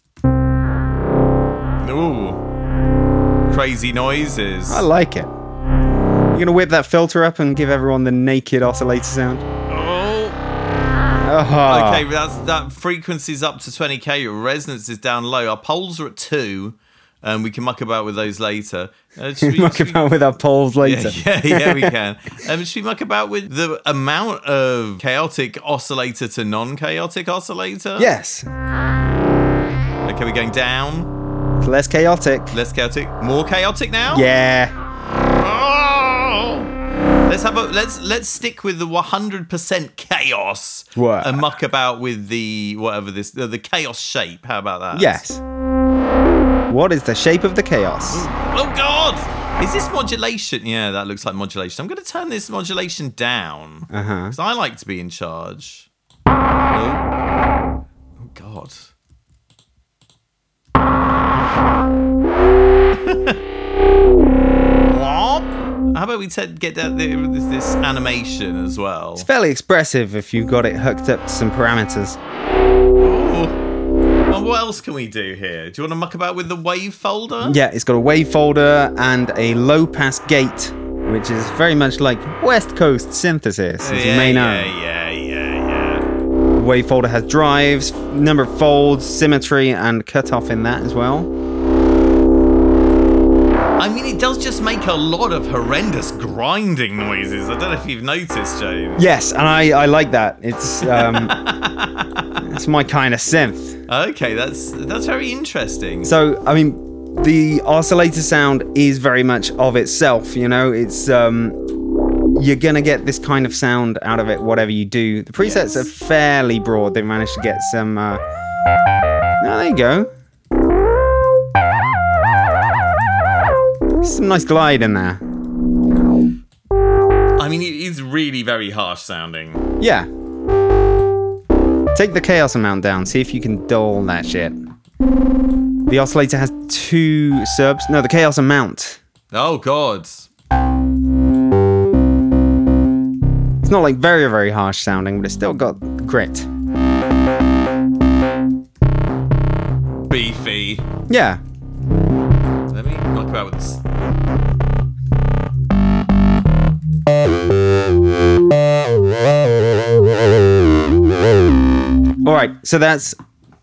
Speaker 1: ooh, crazy noises.
Speaker 2: I like it. You're gonna whip that filter up and give everyone the naked oscillator sound.
Speaker 1: oh,
Speaker 2: Oh,
Speaker 1: okay. That's that frequency's up to 20k. Your resonance is down low. Our poles are at two, and we can muck about with those later. Uh, should we-
Speaker 2: Muck
Speaker 1: should we-
Speaker 2: about with our poles later.
Speaker 1: Yeah, yeah, yeah, we can. Um, should we muck about with the amount of chaotic oscillator to non-chaotic oscillator?
Speaker 2: Yes,
Speaker 1: Okay, we're going down.
Speaker 2: less chaotic.
Speaker 1: Less chaotic. More chaotic now.
Speaker 2: Yeah,
Speaker 1: Oh! Let's have a let's let's stick with the 100% chaos.
Speaker 2: What?
Speaker 1: And muck about with the whatever this the, the chaos shape. How about that?
Speaker 2: yes. What is the shape of the chaos?
Speaker 1: Oh God! Is this modulation? Yeah, that looks like modulation. I'm going to turn this modulation down
Speaker 2: Uh-huh.
Speaker 1: because I like to be in charge. Oh, oh God! Womp. How about we t- get that the, this, this animation as well?
Speaker 2: It's fairly expressive if you've got it hooked up to some parameters.
Speaker 1: Ooh. Well, what else can we do here? Do you want to muck about with the wave folder?
Speaker 2: Yeah, it's got a wave folder and a low pass gate, which is very much like West Coast synthesis, as you may know.
Speaker 1: yeah, yeah, yeah, yeah.
Speaker 2: Wave folder has drives, number of folds, symmetry, and cutoff in that as well.
Speaker 1: I mean, it does just make a lot of horrendous grinding noises. I don't know if you've noticed, James.
Speaker 2: Yes, and I, I like that. It's um, it's my kind of synth.
Speaker 1: Okay, that's that's very interesting.
Speaker 2: So I mean, the oscillator sound is very much of itself. You know, it's um, you're gonna get this kind of sound out of it, whatever you do. The presets
Speaker 1: Yes.
Speaker 2: are fairly broad. They managed to get some. Uh... Oh, there you go. Some nice glide in there.
Speaker 1: I mean, it is really very harsh sounding.
Speaker 2: Yeah. Take the chaos amount down. See if you can dull that shit. The oscillator has two subs. No, the chaos amount.
Speaker 1: Oh God.
Speaker 2: It's not like very, very harsh sounding, but it's still got grit. Yeah.
Speaker 1: Let me knock about with this.
Speaker 2: All right. So that's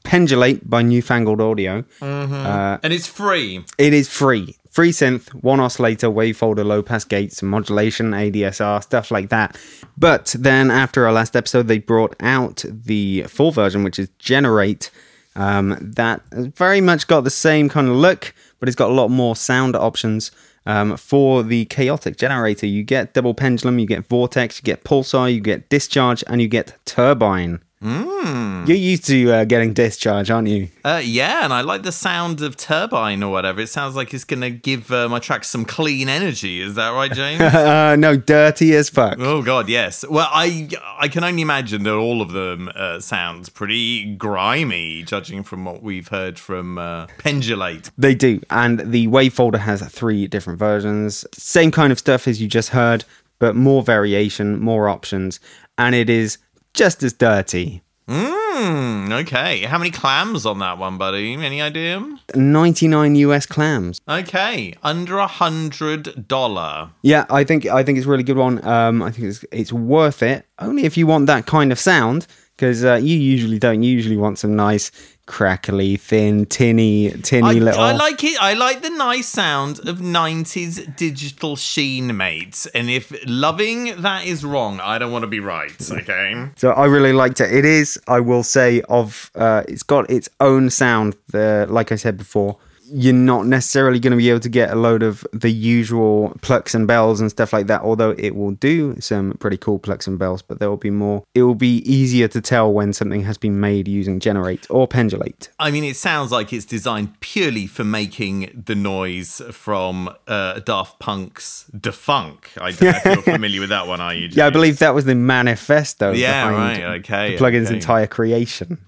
Speaker 2: Pendulate by Newfangled Audio.
Speaker 1: And it's free.
Speaker 2: It is free. Free synth, one oscillator, wavefolder, low pass gates, modulation, ADSR, stuff like that. But then after our last episode, they brought out the full version, which is Generate. Um, that has very much got the same kind of look, but it's got a lot more sound options. Um, for the chaotic generator, you get double pendulum, you get vortex, you get pulsar, you get discharge, and you get turbine. You're used to uh, getting discharge, aren't you?
Speaker 1: Uh, yeah, and I like the sound of turbine or whatever. It sounds like it's going to give uh, my track some clean energy. Is that right, James?
Speaker 2: Uh, no, dirty as fuck.
Speaker 1: oh God, yes. Well, I I can only imagine that all of them uh, sounds pretty grimy, judging from what we've heard from uh, Pendulate.
Speaker 2: They do. And the WAV folder has three different versions. Same kind of stuff as you just heard, but more variation, more options. And it is just as dirty.
Speaker 1: Hmm. Okay. How many clams on that one, buddy? Any idea?
Speaker 2: 99 US clams.
Speaker 1: Okay, under a hundred dollar.
Speaker 2: Yeah, I think I think it's a really good one. Um, I think it's it's worth it only if you want that kind of sound because uh, you usually don't. You usually want some nice crackly, thin, tinny, tinny
Speaker 1: I,
Speaker 2: little.
Speaker 1: I like it. I like the nice sound of '90s digital sheen, mates. And if loving that is wrong, I don't want to be right. Okay.
Speaker 2: So I really liked it. It is, I will say, of uh, it's got its own sound. The like I said before, you're not necessarily going to be able to get a load of the usual plucks and bells and stuff like that. Although it will do some pretty cool plucks and bells, but there will be more. It will be easier to tell when something has been made using generate or pendulate.
Speaker 1: I mean, it sounds like it's designed purely for making the noise from uh, Daft Punk's "Defunk." I don't know if you're familiar with that one, are you?
Speaker 2: Yeah, I
Speaker 1: James?
Speaker 2: believe that was the manifesto.
Speaker 1: Yeah,
Speaker 2: behind
Speaker 1: right, okay,
Speaker 2: The plugin's
Speaker 1: okay. Hmm.
Speaker 2: entire creation.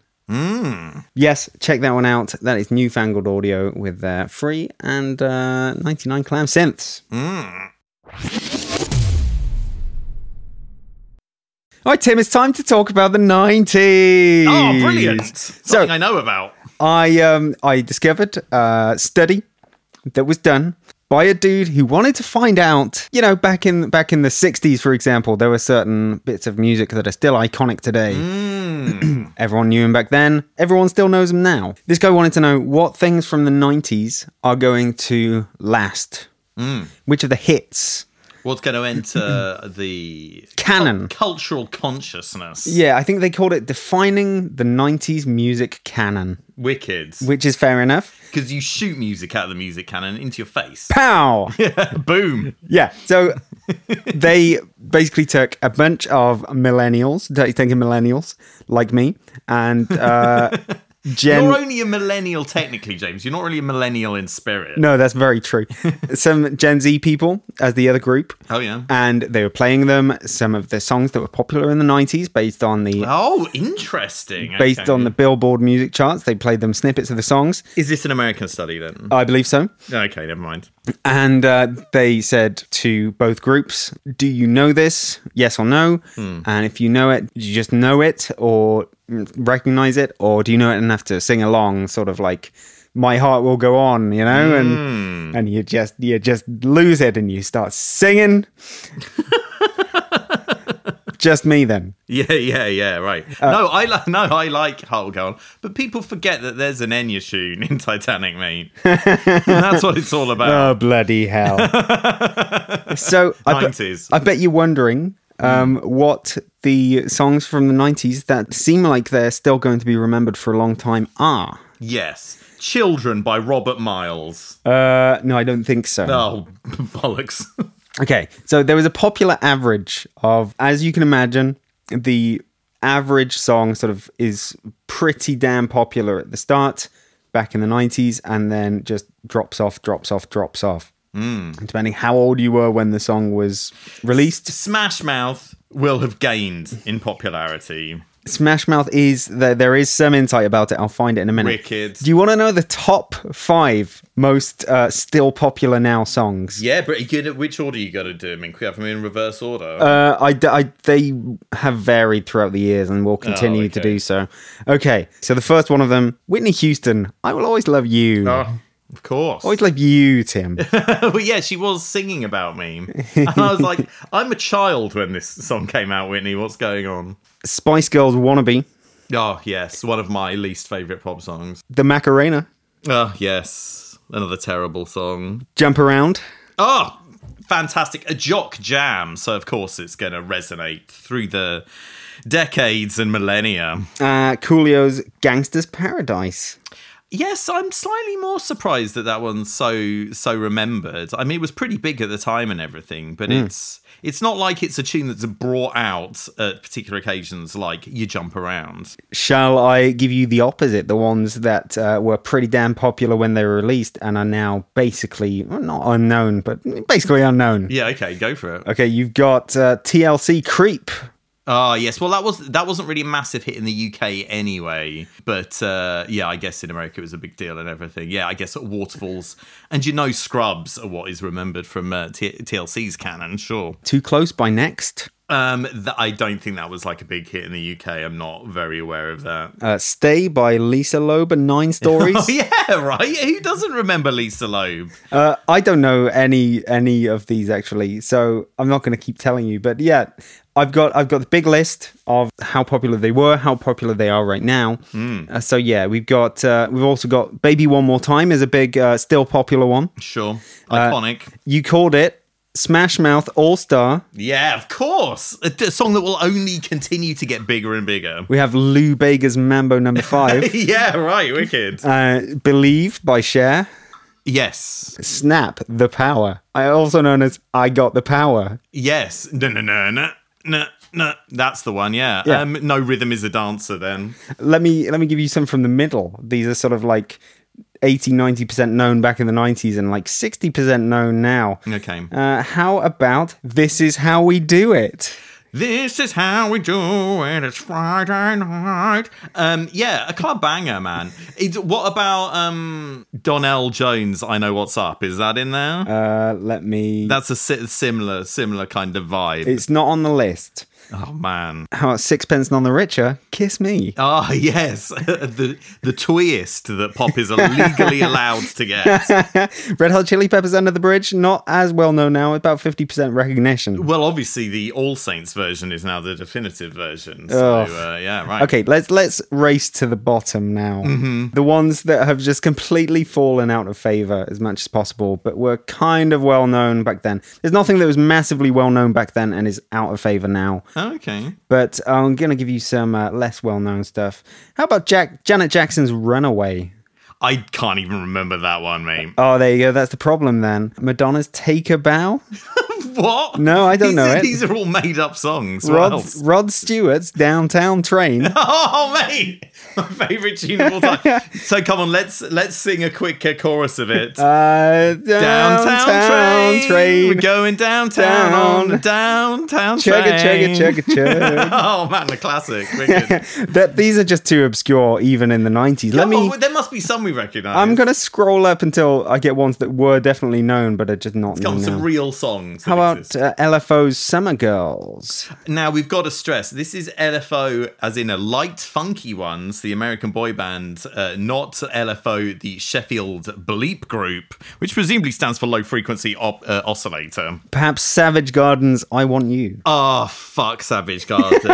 Speaker 2: Yes, check that one out. That is Newfangled Audio with their free and uh, 99 clam synths.
Speaker 1: Hmm.
Speaker 2: All right, Tim, it's time to talk about the 90s.
Speaker 1: Oh, brilliant! Something
Speaker 2: So-
Speaker 1: I know about.
Speaker 2: I um I discovered a study that was done by a dude who wanted to find out, you know, back in back in the 60s for example, there were certain bits of music that are still iconic today. Everyone knew him back then, everyone still knows him now. This guy wanted to know what things from the 90s are going to last. Which of the hits?
Speaker 1: What's going to enter the Oh,
Speaker 2: Canon.
Speaker 1: cultural consciousness?
Speaker 2: Yeah, I think they called it defining the 90s music canon,
Speaker 1: Wicked.
Speaker 2: which is fair enough.
Speaker 1: Because you shoot music out of the music cannon into your face.
Speaker 2: Pow!
Speaker 1: Boom.
Speaker 2: Yeah. So they basically took a bunch of millennials, taking millennials like me, and uh, Gen.
Speaker 1: You're only a millennial technically, James. You're not really a millennial in spirit.
Speaker 2: No, that's very true. Some Gen Z people as the other group.
Speaker 1: Oh, yeah.
Speaker 2: And they were playing them some of the songs that were popular in the 90s based on the
Speaker 1: Oh, interesting.
Speaker 2: based
Speaker 1: Okay.
Speaker 2: on the Billboard music charts. They played them snippets of the songs.
Speaker 1: Is this an American study then?
Speaker 2: I believe so.
Speaker 1: Okay, never mind.
Speaker 2: And uh, they said to both groups, Do you know this? Yes or no? And if you know it, do you just know it or recognize it? Or do you know it enough to sing along, sort of like, my heart will go on, you know, and and you just you just lose it and you start singing. just me then.
Speaker 1: Yeah, yeah, yeah, right.
Speaker 2: Uh,
Speaker 1: no, I li- no, I like Hull Go On. But people forget that there's an Enya tune in Titanic, mate. And that's what it's all about.
Speaker 2: Oh bloody hell! so I, bet-
Speaker 1: 90s.
Speaker 2: I bet you're wondering um, what the songs from the '90s that seem like they're still going to be remembered for a long time are.
Speaker 1: yes. Children by Robert Miles.
Speaker 2: Uh, no, I don't think so.
Speaker 1: Oh, bollocks.
Speaker 2: Okay, so there was a popular average of, as you can imagine, the average song sort of is pretty damn popular at the start back in the 90s and then just drops off, drops off, drops off. Depending how old you were when the song was released.
Speaker 1: Smash Mouth will have gained in popularity.
Speaker 2: Smash Mouth is there. There is some insight about it. I'll find it in a minute.
Speaker 1: Wicked.
Speaker 2: Do you want to know the top five most uh, still popular now songs?
Speaker 1: Yeah, but again, which order you got to do them in? Can we have them in reverse order?
Speaker 2: Uh, I, d- I- they have varied throughout the years and will continue
Speaker 1: Oh,
Speaker 2: to
Speaker 1: okay.
Speaker 2: do so. Okay, so the first one of them, Whitney Houston. I will always love you.
Speaker 1: Oh, of course.
Speaker 2: Always love you, Tim.
Speaker 1: but yeah, she was singing about me. And I was like, I'm a child when this song came out, Whitney. What's going on?
Speaker 2: Spice Girls wannabe,
Speaker 1: Oh, yes. One of my least favourite pop songs.
Speaker 2: the Macarena,
Speaker 1: Oh, yes. Another terrible song.
Speaker 2: jump around.
Speaker 1: Oh, fantastic. A jock jam. So, of course, it's going to resonate through the decades and millennia.
Speaker 2: Uh, Coolio's Gangster's Paradise.
Speaker 1: Yes, I'm slightly more surprised that that one's so so remembered. I mean, it was pretty big at the time and everything, but it's it's not like it's a tune that's brought out at particular occasions, like you jump around.
Speaker 2: Shall I give you the opposite? The ones that uh, were pretty damn popular when they were released and are now basically, well, not unknown, but basically unknown.
Speaker 1: Yeah, okay, go for it.
Speaker 2: Okay, you've got uh, TLC Creep.
Speaker 1: Ah, yes. Well, that was that wasn't really a massive hit in the UK anyway, but uh, yeah, I guess in America it was a big deal and everything. Yeah, I guess waterfalls and you know Scrubs are what is remembered from uh, T- TLC's canon, sure.
Speaker 2: Too Close by Next.
Speaker 1: Um, th- I don't think that was like a big hit in the UK. I'm not very aware of that.
Speaker 2: Uh, Stay by Lisa Loeb and Nine Stories.
Speaker 1: Oh yeah, right. Who doesn't remember Lisa Loeb?
Speaker 2: uh, I don't know any any of these actually, so I'm not going to keep telling you. But yeah, I've got I've got the big list of how popular they were, how popular they are right now. Uh, so yeah, we've got uh, we've also got Baby One More Time is a big uh, still popular one.
Speaker 1: Sure, iconic.
Speaker 2: You called it Smash Mouth All Star.
Speaker 1: yeah, of course. A, a song that will only continue to get bigger and bigger.
Speaker 2: We have Lou Bega's Mambo Number Five.
Speaker 1: yeah, right. Wicked.
Speaker 2: Uh, Believe by Cher.
Speaker 1: yes,
Speaker 2: Snap the Power. I also known as I Got the Power.
Speaker 1: yes. No, no, no, no, no, no. That's the one. Yeah.
Speaker 2: Yeah.
Speaker 1: Um, no rhythm is a dancer. Then.
Speaker 2: Let me let me give you some from the middle. These are sort of like 80 90% known back in the 90s and like 60% known now.
Speaker 1: Okay.
Speaker 2: Uh, how about This Is How We Do It?
Speaker 1: This is how we do it. It's Friday night. Um, yeah, a club banger, man. It's, what about um, Donnell Jones? I know what's up. Is that in there?
Speaker 2: Uh, let me
Speaker 1: That's a si- similar, similar kind of vibe.
Speaker 2: It's not on the list.
Speaker 1: oh man.
Speaker 2: How about Sixpence None the Richer? Kiss Me.
Speaker 1: Ah, yes, the the twist that pop is legally allowed to get.
Speaker 2: Red Hot Chili Peppers Under the Bridge, not as well known now, about 50% recognition.
Speaker 1: Well, obviously, the All Saints version is now the definitive version. So,
Speaker 2: Ugh.
Speaker 1: uh, yeah, right.
Speaker 2: Okay, let's let's race to the bottom now.
Speaker 1: Mm-hmm.
Speaker 2: The ones that have just completely fallen out of favor as much as possible, but were kind of well known back then. There's nothing that was massively well known back then and is out of favor now.
Speaker 1: Okay.
Speaker 2: But I'm gonna give you some uh, less well known stuff. How about Jack Janet Jackson's Runaway?
Speaker 1: I can't even remember that one, mate.
Speaker 2: Oh, there you go. That's the problem then. Madonna's Take a Bow.
Speaker 1: What?
Speaker 2: No, I don't
Speaker 1: these
Speaker 2: know
Speaker 1: Are,
Speaker 2: it.
Speaker 1: These are all made up songs. What
Speaker 2: Rod,
Speaker 1: else?
Speaker 2: Rod Stewart's Downtown Train.
Speaker 1: Oh mate, my favorite tune of all time. so come on, let's let's sing a quick uh, chorus of it.
Speaker 2: Uh,
Speaker 1: downtown,
Speaker 2: downtown
Speaker 1: train.
Speaker 2: train.
Speaker 1: We're going downtown on the downtown
Speaker 2: Chugga,
Speaker 1: train.
Speaker 2: chugga, chugga, chugga.
Speaker 1: oh man, the classic. Wicked.
Speaker 2: that these are just too obscure, even in the nineties. Let
Speaker 1: Come
Speaker 2: me.
Speaker 1: on, there must be some we recognize.
Speaker 2: I'm gonna scroll up until I get ones that were definitely known, but are just not
Speaker 1: Come
Speaker 2: known
Speaker 1: on, some
Speaker 2: now.
Speaker 1: real songs. that
Speaker 2: How about
Speaker 1: exist.
Speaker 2: uh, LFO's Summer Girls?
Speaker 1: now? We've got to stress this is LFO, as in a light, funky ones, the American boy band, uh, not LFO, the Sheffield Bleep Group, which presumably stands for Low Frequency op- uh, Oscillator.
Speaker 2: Perhaps Savage Gardens, I Want You.
Speaker 1: Oh fuck, Savage Garden.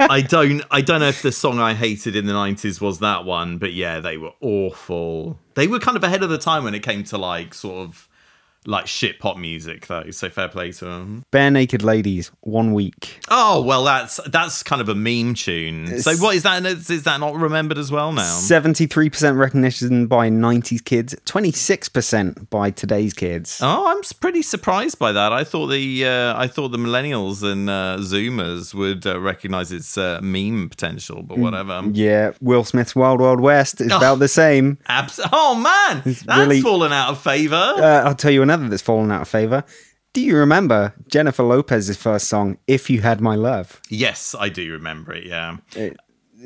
Speaker 1: I don't, I don't know if the song I hated in the nineties was that one, but yeah, they were awful. They were kind of ahead of the time when it came to like sort of like shit pop music, though. So fair play to them.
Speaker 2: Bare Naked Ladies, One Week.
Speaker 1: Oh well, that's that's kind of a meme tune. So what is that? Is, is that not remembered as well now?
Speaker 2: 73% recognition by 90s kids, 26% by today's kids.
Speaker 1: Oh, I'm s- pretty surprised by that. I thought the uh, I thought the millennials and uh, Zoomers would uh, recognize its uh, meme potential,
Speaker 2: Mm.
Speaker 1: but whatever.
Speaker 2: Yeah, Will Smith's Wild Wild West is
Speaker 1: Ugh.
Speaker 2: about the same.
Speaker 1: Abs- oh man, that's
Speaker 2: really-
Speaker 1: fallen out of favor.
Speaker 2: Uh, I'll tell you another that's fallen out of favor. Do you remember Jennifer Lopez's first song, If You Had My Love?
Speaker 1: Yes, I do remember it. Yeah,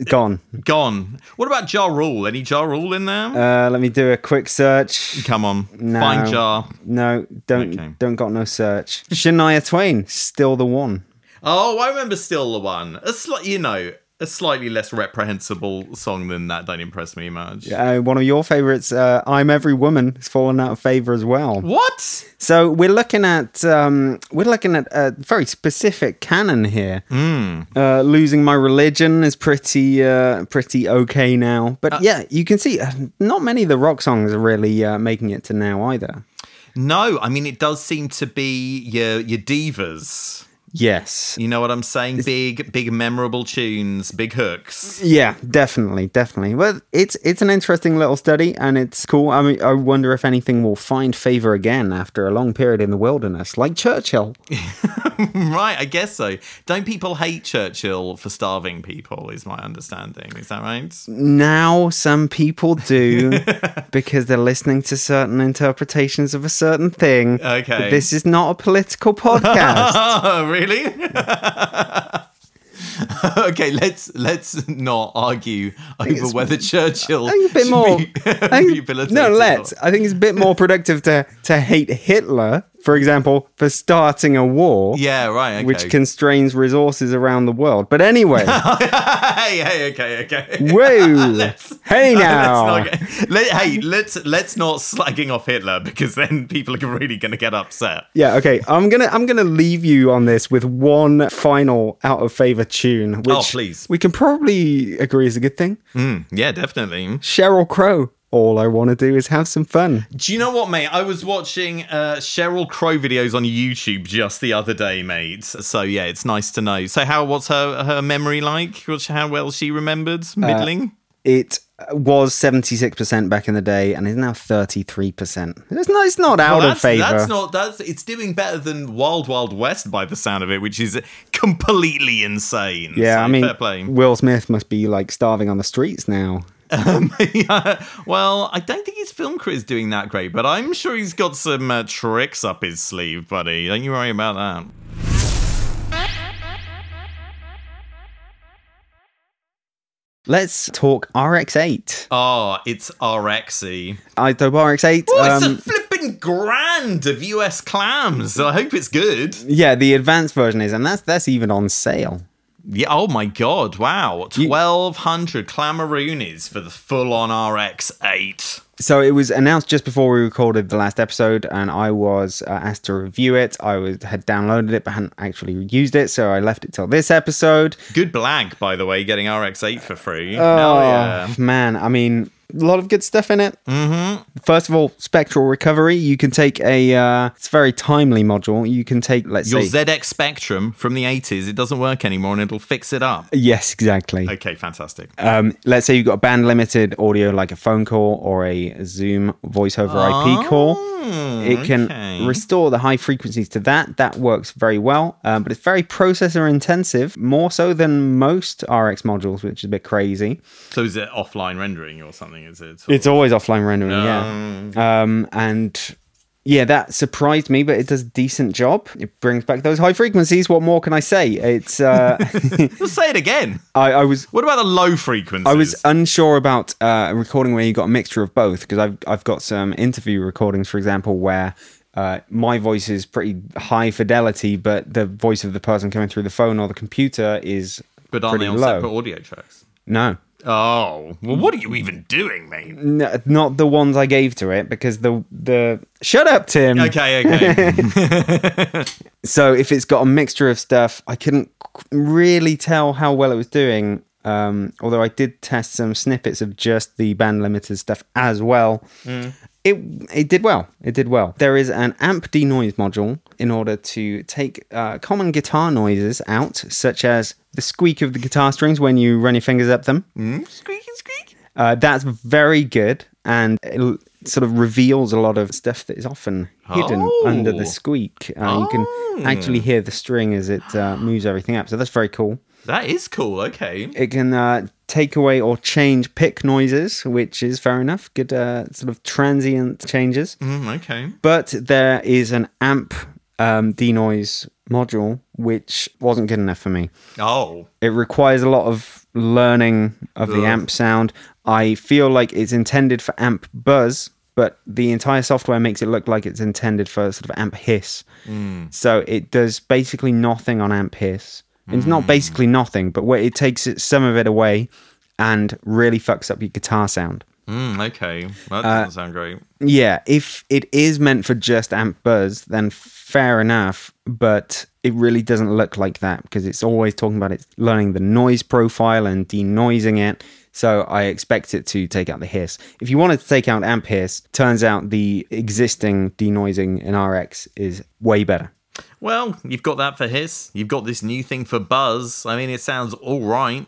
Speaker 2: Gone.
Speaker 1: gone. What about Jar Rule? Any Jar Rule in there?
Speaker 2: Uh, let me do a quick search.
Speaker 1: Come on,
Speaker 2: No.
Speaker 1: find Jar.
Speaker 2: No, don't
Speaker 1: Okay.
Speaker 2: don't got no search. Shania Twain, still the one.
Speaker 1: Oh, I remember still the one. A sli- you know, a slightly less reprehensible song than that. Don't impress me much.
Speaker 2: Uh, one of your favorites, uh, I'm Every Woman, has fallen out of favor as well.
Speaker 1: What?
Speaker 2: So we're looking at um, we're looking at a very specific canon here. Uh, losing my religion is pretty uh, pretty okay now, but yeah, you can see uh, not many of the rock songs are really uh, making it to now either.
Speaker 1: No, I mean it does seem to be your your divas.
Speaker 2: Yes,
Speaker 1: You know what I'm saying? Big, big, memorable tunes, big hooks.
Speaker 2: yeah, definitely, definitely. Well, it's it's an interesting little study, and it's cool. I mean, I wonder if anything will find favor again after a long period in the wilderness, like Churchill.
Speaker 1: Right, I guess so. Don't people hate Churchill for starving people? Is my understanding. Is that right?
Speaker 2: now some people do because they're listening to certain interpretations of a certain thing.
Speaker 1: Okay.
Speaker 2: But this is not a political podcast.
Speaker 1: Oh, really? okay, let's let's not argue over whether Churchill
Speaker 2: I think it's a bit
Speaker 1: should
Speaker 2: more.
Speaker 1: be
Speaker 2: I think-
Speaker 1: rehabilitated.
Speaker 2: no,
Speaker 1: or-
Speaker 2: let's. I think it's a bit more productive to to hate Hitler, for example, for starting a war,
Speaker 1: Yeah, right. Okay.
Speaker 2: which constrains resources around the world. But anyway,
Speaker 1: hey, hey, okay, okay.
Speaker 2: whoa, hey now.
Speaker 1: Let's oh, not get- let, hey, let's let's not slagging off Hitler because then people are really going to get upset.
Speaker 2: Yeah, okay. I'm gonna I'm gonna leave you on this with one final out of favor tune, which
Speaker 1: Oh, please.
Speaker 2: we can probably agree is a good thing.
Speaker 1: Yeah, definitely.
Speaker 2: Cheryl Crow. All I want to do is have some fun.
Speaker 1: Do you know what, mate? I was watching uh, Cheryl Crow videos on YouTube just the other day, mate. So yeah, it's nice to know. So how what's her her memory like? What's- How well she remembered?
Speaker 2: Uh,
Speaker 1: Middling.
Speaker 2: It was 76% back in the day and is now 33%. It's not, it's not
Speaker 1: Well,
Speaker 2: out of
Speaker 1: that's,
Speaker 2: favor.
Speaker 1: that's not that's it's doing better than Wild Wild West by the sound of it, which is completely insane.
Speaker 2: yeah,
Speaker 1: So,
Speaker 2: I mean,
Speaker 1: fair play.
Speaker 2: Will Smith must be like starving on the streets now.
Speaker 1: Yeah, well, I don't think his film career is doing that great, but I'm sure he's got some uh, tricks up his sleeve, buddy. Don't you worry about that.
Speaker 2: Let's talk RX8.
Speaker 1: Oh, it's RXy.
Speaker 2: I so RX8.
Speaker 1: Oh, it's
Speaker 2: um,
Speaker 1: a flipping grand of US clams. I hope it's good.
Speaker 2: yeah, the advanced version is, and that's that's even on sale.
Speaker 1: Yeah. Oh my god! Wow, twelve hundred clamaroonies for the full-on RX eight.
Speaker 2: So it was announced just before we recorded the last episode, and I was uh, asked to review it. I was, had downloaded it but hadn't actually used it, so I left it till this episode.
Speaker 1: Good blag, by the way, getting RX eight for free.
Speaker 2: Oh,
Speaker 1: Hell yeah.
Speaker 2: man. I mean, a lot of good stuff in it. Mm-hmm. First of all, spectral recovery. You can take a, uh, it's a very timely module. You can take, let's
Speaker 1: Your
Speaker 2: see.
Speaker 1: ZX Spectrum from the eighties. It doesn't work anymore, and it'll fix it up.
Speaker 2: Yes, exactly.
Speaker 1: Okay, fantastic.
Speaker 2: Um, let's say you've got band limited audio like a phone call or a Zoom voice over IP
Speaker 1: Oh.
Speaker 2: call.
Speaker 1: Hmm.
Speaker 2: It can
Speaker 1: okay.
Speaker 2: restore the high frequencies to that. That works very well, um, but it's very processor intensive, more so than most RX modules, which is a bit crazy.
Speaker 1: So is it offline rendering or something? Is it?
Speaker 2: It's always offline rendering, yeah. Um, and yeah, that surprised me, but it does a decent job. It brings back those high frequencies. What more can I say? It's uh,
Speaker 1: Just say it again.
Speaker 2: I, I was
Speaker 1: What about the low frequencies?
Speaker 2: I was unsure about uh, a recording where you got a mixture of both because I've I've got some interview recordings, for example, where uh, my voice is pretty high fidelity, but the voice of the person coming through the phone or the computer is
Speaker 1: but aren't they
Speaker 2: pretty
Speaker 1: on
Speaker 2: low.
Speaker 1: separate audio tracks?
Speaker 2: no.
Speaker 1: Oh, well, what are you even doing, mate?
Speaker 2: N- not the ones I gave to it because the the shut up, Tim.
Speaker 1: Okay, okay.
Speaker 2: So if it's got a mixture of stuff, I couldn't qu- really tell how well it was doing. Um, although I did test some snippets of just the band limited stuff as well. It it did well. It did well. There is an amp denoise module in order to take uh, common guitar noises out, such as the squeak of the guitar strings when you run your fingers up them.
Speaker 1: squeaky, squeak.
Speaker 2: Uh, that's very good, and it l- sort of reveals a lot of stuff that is often hidden
Speaker 1: Oh.
Speaker 2: under the squeak. Uh, You can actually hear the string as it uh, moves everything up, so that's very cool.
Speaker 1: That is cool. Okay.
Speaker 2: It can uh, take away or change pick noises, which is fair enough. Good uh, sort of transient changes.
Speaker 1: Mm, okay.
Speaker 2: But there is an amp um, denoise module, which wasn't good enough for me.
Speaker 1: Oh.
Speaker 2: It requires a lot of learning of the amp sound. I feel like it's intended for amp buzz, but the entire software makes it look like it's intended for sort of amp hiss. So it does basically nothing on amp hiss. It's not basically nothing, but where it takes it, some of it away and really fucks up your guitar sound.
Speaker 1: Mm, okay.
Speaker 2: Uh,
Speaker 1: That doesn't sound great.
Speaker 2: Yeah, if it is meant for just amp buzz, then fair enough, but it really doesn't look like that because it's always talking about it's learning the noise profile and denoising it. So I expect it to take out the hiss. If you wanted to take out amp hiss, turns out the existing denoising in RX is way better.
Speaker 1: Well, you've got that for hiss. You've got this new thing for buzz. I mean, it sounds all right.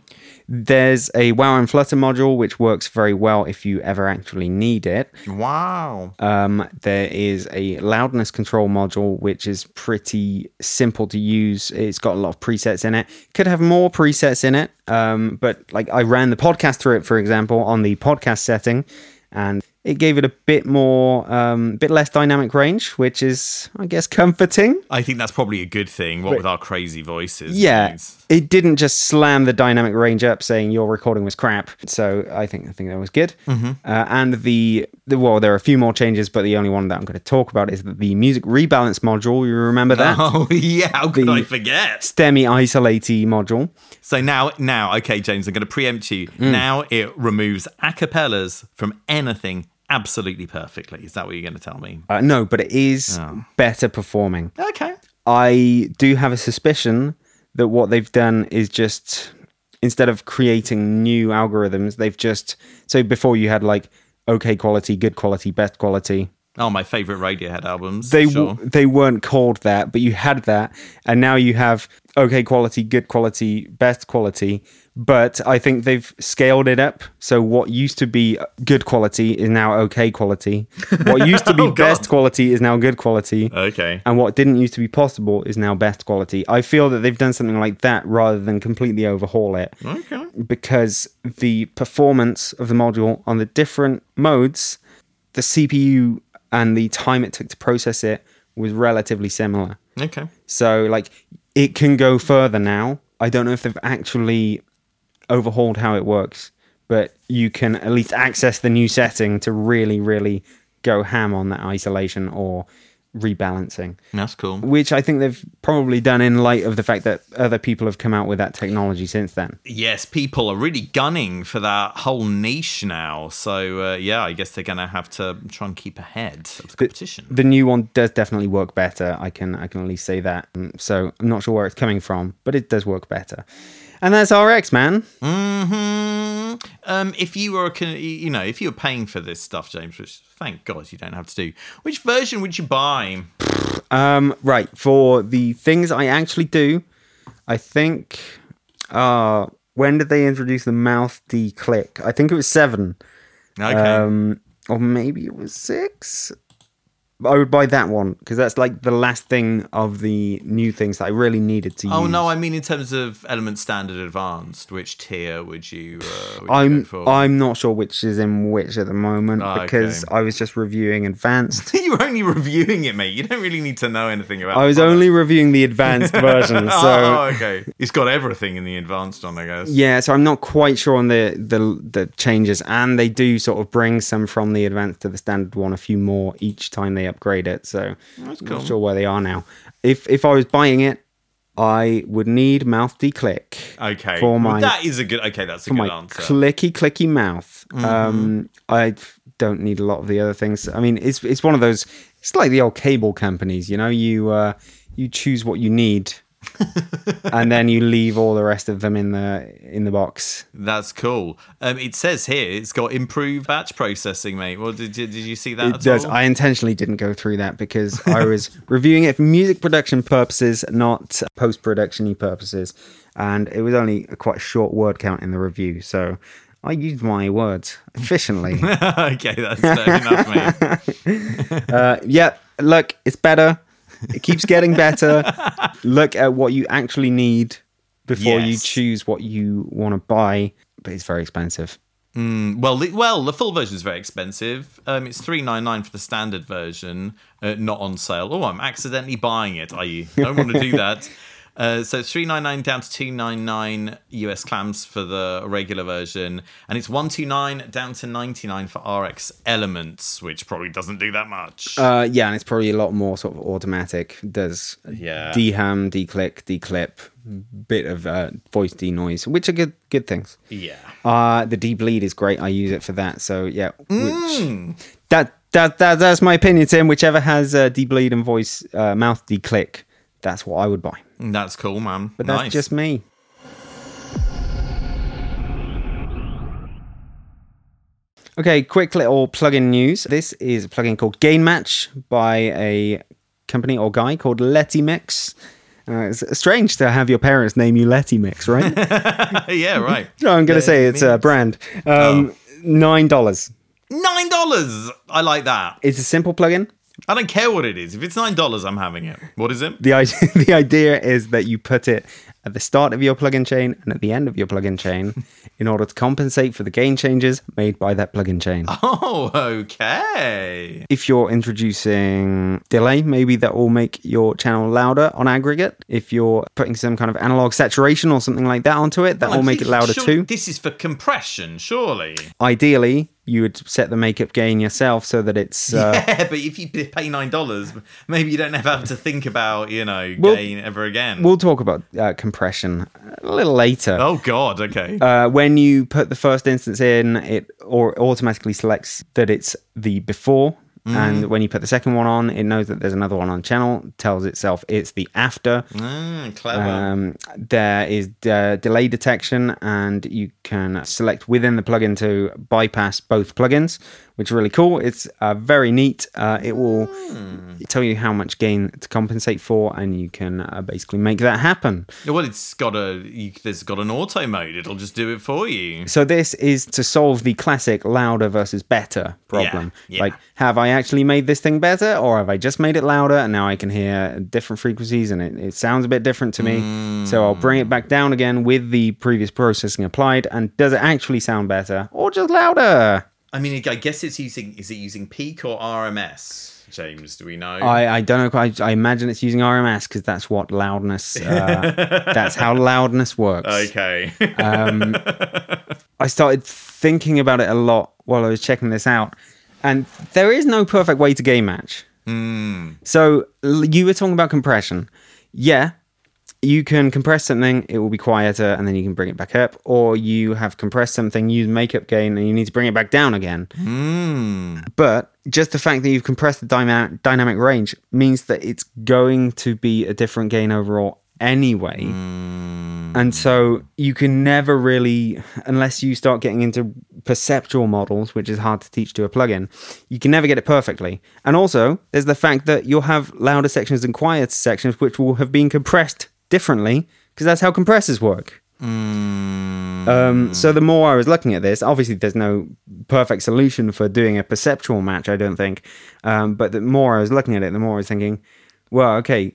Speaker 2: There's a WoW and Flutter module which works very well if you ever actually need it.
Speaker 1: Wow.
Speaker 2: Um, there is a loudness control module which is pretty simple to use. It's got a lot of presets in it. Could have more presets in it, um, but like I ran the podcast through it, for example, on the podcast setting, and it gave it a bit more, um, bit less dynamic range, which is, I guess, comforting.
Speaker 1: I think that's probably a good thing. What with our crazy voices.
Speaker 2: Yeah,
Speaker 1: It's-
Speaker 2: it didn't just slam the dynamic range up saying your recording was crap. So I think I think that was good. Uh, and the, the well, there are a few more changes, but the only one that I'm going to talk about is that the music rebalance module. You remember that
Speaker 1: Oh yeah, how could
Speaker 2: The-
Speaker 1: I forget?
Speaker 2: STEMI isolatey module?
Speaker 1: So now, now, okay, James, I'm going to preempt you.
Speaker 2: Mm.
Speaker 1: Now it removes acapellas from anything absolutely perfectly. Is that what you're going to tell me?
Speaker 2: Uh, no, but it is better performing.
Speaker 1: Okay.
Speaker 2: I do have a suspicion that what they've done is just instead of creating new algorithms, they've just so before you had like okay quality, good quality, best quality.
Speaker 1: Oh, my favorite Radiohead albums.
Speaker 2: they
Speaker 1: sure.
Speaker 2: w- they weren't called that, but you had that, and now you have okay quality, good quality, best quality. But I think they've scaled it up. So what used to be good quality is now okay quality. What used to be
Speaker 1: Oh, God.
Speaker 2: best quality is now good quality.
Speaker 1: okay.
Speaker 2: And what didn't used to be possible is now best quality. I feel that they've done something like that rather than completely overhaul it
Speaker 1: Okay.
Speaker 2: because the performance of the module on the different modes, the CPU and the time it took to process it was relatively similar.
Speaker 1: Okay.
Speaker 2: So, like, it can go further now. I don't know if they've actually overhauled how it works, but you can at least access the new setting to really, really go ham on that isolation or rebalancing,
Speaker 1: That's cool.
Speaker 2: which I think they've probably done in light of the fact that other people have come out with that technology since then.
Speaker 1: Yes, people are really gunning for that whole niche now. So, uh, yeah, I guess they're going to have to try and keep ahead of the competition.
Speaker 2: the new one does definitely work better. I can I can at least say that. Um, So I'm not sure where it's coming from, but it does work better. And that's RX, man.
Speaker 1: hmm Um, if you were, a con- you know, if you were paying for this stuff, James, which thank God you don't have to do, which version would you buy?
Speaker 2: Um, right for the things I actually do, I think. Uh, when did they introduce the mouth D click? I think it was seven,
Speaker 1: Okay.
Speaker 2: um, or maybe it was six. But I would buy that one because that's like the last thing of the new things that I really needed to use.
Speaker 1: oh no, I mean in terms of Element Standard Advanced, which tier would you? Uh, would you go
Speaker 2: I'm
Speaker 1: for?
Speaker 2: I'm not sure which is in which at the moment
Speaker 1: Ah,
Speaker 2: because
Speaker 1: okay.
Speaker 2: I was just reviewing advanced.
Speaker 1: You're only reviewing it, mate. You don't really need to know anything about.
Speaker 2: I was
Speaker 1: the product.
Speaker 2: only reviewing the advanced version,
Speaker 1: Oh,
Speaker 2: so
Speaker 1: okay. It's got everything in the advanced on, I guess.
Speaker 2: yeah, so I'm not quite sure on the the the changes and they do sort of bring some from the advanced to the standard one a few more each time they upgrade it. So
Speaker 1: That's
Speaker 2: I'm
Speaker 1: cool.
Speaker 2: not sure where they are now. If if I was buying it, I would need mouth declick.
Speaker 1: Okay.
Speaker 2: For
Speaker 1: Well,
Speaker 2: my
Speaker 1: that is a good. Okay, that's a
Speaker 2: my
Speaker 1: good answer. Mm-hmm.
Speaker 2: clicky clicky mouth. Um, I don't need a lot of the other things. I mean, it's it's one of those. It's like the old cable companies, you know. You uh, you choose what you need, and then you leave all the rest of them in the in the box.
Speaker 1: that's cool. Um, it says here it's got improved batch processing, mate. Well, did you, did you see that?
Speaker 2: It
Speaker 1: at
Speaker 2: does.
Speaker 1: all?
Speaker 2: I intentionally didn't go through that because I was reviewing it for music production purposes, not post production purposes. And it was only a quite short word count in the review. So I used my words efficiently.
Speaker 1: okay, that's fair enough, mate.
Speaker 2: Uh, yeah, look, it's better. It keeps getting better. look at what you actually need before you
Speaker 1: Yes.
Speaker 2: choose what you want to buy, but it's very expensive.
Speaker 1: Well, the, well, the full version is very expensive. Um, it's three nine nine for the standard version, uh, not on sale. Oh, I'm accidentally buying it. I don't want to do that. Uh, so it's three nine nine down to two nine nine US clams for the regular version, and it's one two nine down to ninety nine for RX Elements, which probably doesn't do that much.
Speaker 2: Uh, yeah, and it's probably a lot more sort of automatic. Does
Speaker 1: Yeah.
Speaker 2: deham, declick, declip, bit of uh, voice denoise, which are good good things.
Speaker 1: yeah.
Speaker 2: Uh, the debleed is great. I use it for that. So yeah,
Speaker 1: Mm.
Speaker 2: which, that, that that that's my opinion, Tim. Whichever has uh, debleed and voice uh, mouth declick, that's what I would buy.
Speaker 1: That's cool, man.
Speaker 2: But that's
Speaker 1: nice.
Speaker 2: just me. Okay, quick little plugin news. This is a plugin called Gain Match by a company or guy called Letty Mix. Uh, it's strange to have your parents name you Letty Mix, right?
Speaker 1: yeah, Oh. right.
Speaker 2: No, I'm going to say it's a brand. Um, Nine dollars.
Speaker 1: Nine dollars. I like that.
Speaker 2: It's a simple plugin.
Speaker 1: I don't care what it is. If it's nine dollars, I'm having it. What is it?
Speaker 2: The idea, the idea is that you put it at the start of your plugin chain and at the end of your plugin chain in order to compensate for the gain changes made by that plugin chain.
Speaker 1: Oh, okay.
Speaker 2: If you're introducing delay, maybe that will make your channel louder on aggregate. If you're putting some kind of analog saturation or something like that onto
Speaker 1: Oh,
Speaker 2: it, that will make it louder
Speaker 1: Surely-
Speaker 2: too.
Speaker 1: This is for compression, surely.
Speaker 2: Ideally, you would set the makeup gain yourself so that it's uh,
Speaker 1: yeah, but if you p- pay nine dollars, maybe you don't ever have to think about you know
Speaker 2: Well-
Speaker 1: gain ever again.
Speaker 2: We'll talk about uh, compression a little later.
Speaker 1: oh God, okay.
Speaker 2: Uh, when you put the first instance in, it or automatically selects that it's the before. And when you put the second one on, it knows that there's another one on channel, tells itself it's the after.
Speaker 1: Mm, clever.
Speaker 2: Um, there is uh, delay detection, and you can select within the plugin to bypass both plugins, which is really cool. It's uh, very neat. Uh, it will tell you how much gain to compensate for, and you can uh, basically make that happen.
Speaker 1: well, it's got a you, there's got an auto mode. It'll just do it for you.
Speaker 2: So this is to solve the classic louder versus better problem.
Speaker 1: Yeah, yeah.
Speaker 2: Like, have I actually made this thing better, or have I just made it louder and now I can hear different frequencies and it, it sounds a bit different to me? So
Speaker 1: Mm.
Speaker 2: I'll bring it back down again with the previous processing applied, and does it actually sound better or just louder?
Speaker 1: I mean, I guess it's using is it using peak or RMS? James, do we know?
Speaker 2: I, I don't know. quite- I, imagine it's using RMS because that's what loudness. Uh, that's how loudness works.
Speaker 1: okay.
Speaker 2: I started thinking about it a lot while I was checking this out, and there is no perfect way to game match. So l- you were talking about compression. Yeah, you can compress something; it will be quieter, and then you can bring it back up. Or you have compressed something, use makeup gain, and you need to bring it back down again. But just the fact that you've compressed the dyna- dynamic range means that it's going to be a different gain overall anyway. And so you can never really, unless you start getting into perceptual models, which is hard to teach to a plugin, you can never get it perfectly. And also, there's the fact that you'll have louder sections and quieter sections, which will have been compressed differently, because that's how compressors work. Um, so the more I was looking at this, obviously there's no perfect solution for doing a perceptual match, I don't think. Um, but the more I was looking at it, the more I was thinking, well, okay,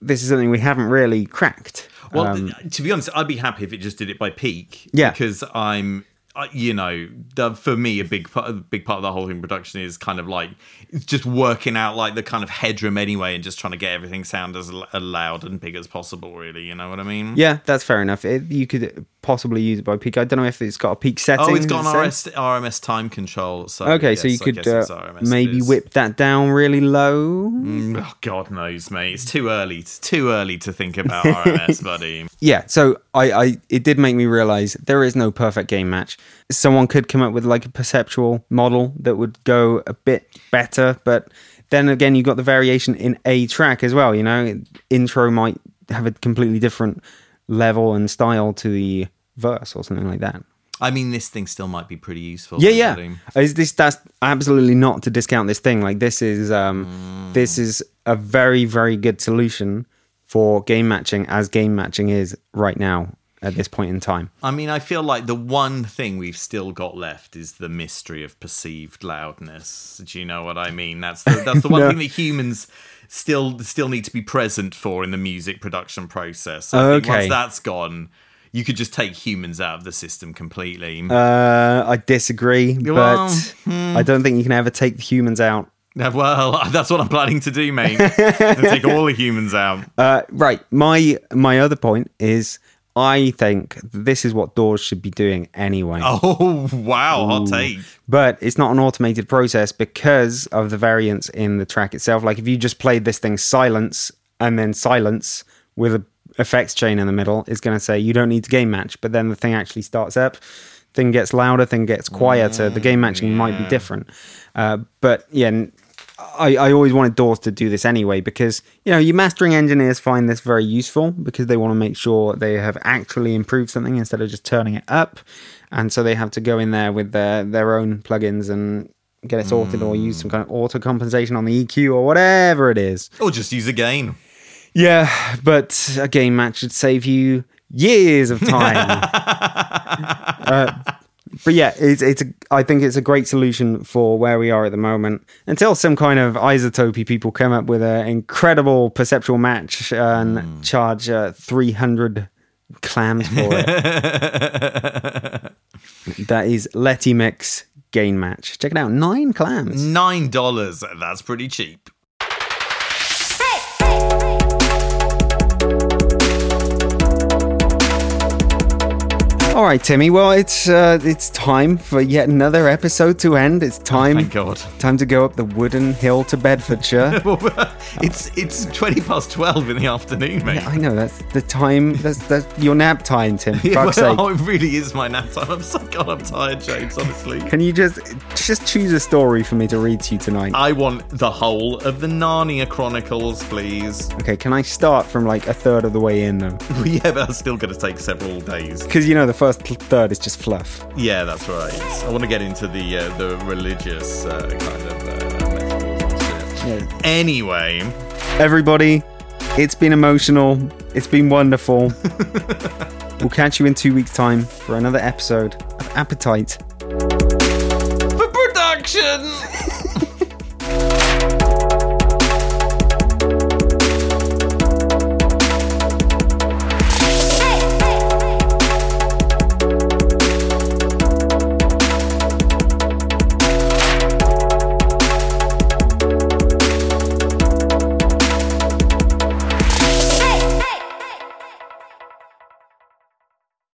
Speaker 2: this is something we haven't really cracked.
Speaker 1: Well, th- to be honest, I'd be happy if it just did it by peak.
Speaker 2: Um, Yeah.
Speaker 1: because I'm, I- you know, the, for me, a big part, a big part of the whole thing production is kind of like it's just working out like the kind of headroom anyway, and just trying to get everything sound as l- loud and big as possible. Really, you know what I mean?
Speaker 2: Yeah, that's fair enough. It, you could possibly use it by peak. I don't know if it's got a peak setting.
Speaker 1: Oh, it's got
Speaker 2: does it
Speaker 1: an
Speaker 2: say?
Speaker 1: RS, RMS time control. So
Speaker 2: Okay, so you
Speaker 1: yes, I
Speaker 2: could
Speaker 1: guess it's
Speaker 2: uh,
Speaker 1: RMS it
Speaker 2: maybe
Speaker 1: is.
Speaker 2: whip that down really low.
Speaker 1: Oh, God knows, mate. It's too early. It's too early to think about RMS, buddy.
Speaker 2: Yeah, so I, I it did make me realize there is no perfect game match. Someone could come up with like a perceptual model that would go a bit better, but then again, you've got the variation in a track as well. You know, intro might have a completely different level and style to the verse or something like that.
Speaker 1: I mean, this thing still might be pretty useful.
Speaker 2: Yeah, yeah.
Speaker 1: buddy.
Speaker 2: Is this that's absolutely not to discount this thing. Like this is um this is a very very good solution for game matching as game matching is right now at this point in time.
Speaker 1: I mean, I feel like the one thing we've still got left is the mystery of perceived loudness. Do you know what I mean? That's the, that's the one
Speaker 2: No.
Speaker 1: thing that humans still still need to be present for in the music production process. I think
Speaker 2: Okay.
Speaker 1: once that's gone, You could just take humans out of the system completely.
Speaker 2: Uh, I disagree, but
Speaker 1: Well,
Speaker 2: I don't think you can ever take the humans out.
Speaker 1: Yeah, well, that's what I'm planning to do, mate. And take all the humans out.
Speaker 2: Uh, right. My my other point is, I think this is what doors should be doing anyway.
Speaker 1: Oh wow, hot take.
Speaker 2: But it's not an automated process because of the variance in the track itself. Like if you just played this thing silence and then silence with a effects chain in the middle, it's going to say you don't need to game match. But then the thing actually starts up, thing gets louder, thing gets quieter. the game matching might be different. Uh, but yeah. n- I, I always wanted Doors to do this anyway because you know your mastering engineers find this very useful because they want to make sure they have actually improved something instead of just turning it up, and so they have to go in there with their their own plugins and get it sorted or use some kind of auto compensation on the EQ or whatever it is.
Speaker 1: Or just use a game.
Speaker 2: Yeah, but a game match should save you years of time. uh, but yeah, it's it's a, I think it's a great solution for where we are at the moment. Until some kind of isotopy people come up with an incredible perceptual match and charge uh, three hundred clams for it. that is Letty Mix game match. Check it out, nine clams.
Speaker 1: Nine dollars. That's pretty cheap.
Speaker 2: All right, Timmy. Well, it's uh, it's time for yet another episode to end. It's time.
Speaker 1: Oh, Thank God.
Speaker 2: Time to go up the wooden hill to Bedfordshire.
Speaker 1: it's it's twenty past twelve in the afternoon, mate.
Speaker 2: I know that's the time. That's that's your nap time, Tim. For
Speaker 1: Yeah,
Speaker 2: fuck's
Speaker 1: well,
Speaker 2: sake.
Speaker 1: Oh, it really is my nap time. I'm so God, I'm tired, James. Honestly,
Speaker 2: Can you just just choose a story for me to read to you tonight?
Speaker 1: I want the whole of the Narnia Chronicles, please.
Speaker 2: okay. Can I start from like a third of the way in though?
Speaker 1: yeah, but that's still going to take several days.
Speaker 2: Because you know the first third is just fluff.
Speaker 1: Yeah, that's right. I want to get into the uh, the religious uh, kind of. Uh, metaphors and stuff.
Speaker 2: Yeah.
Speaker 1: Anyway,
Speaker 2: Everybody, it's been emotional. It's been wonderful. we'll catch you in two weeks' time for another episode of Appetite.
Speaker 1: for production.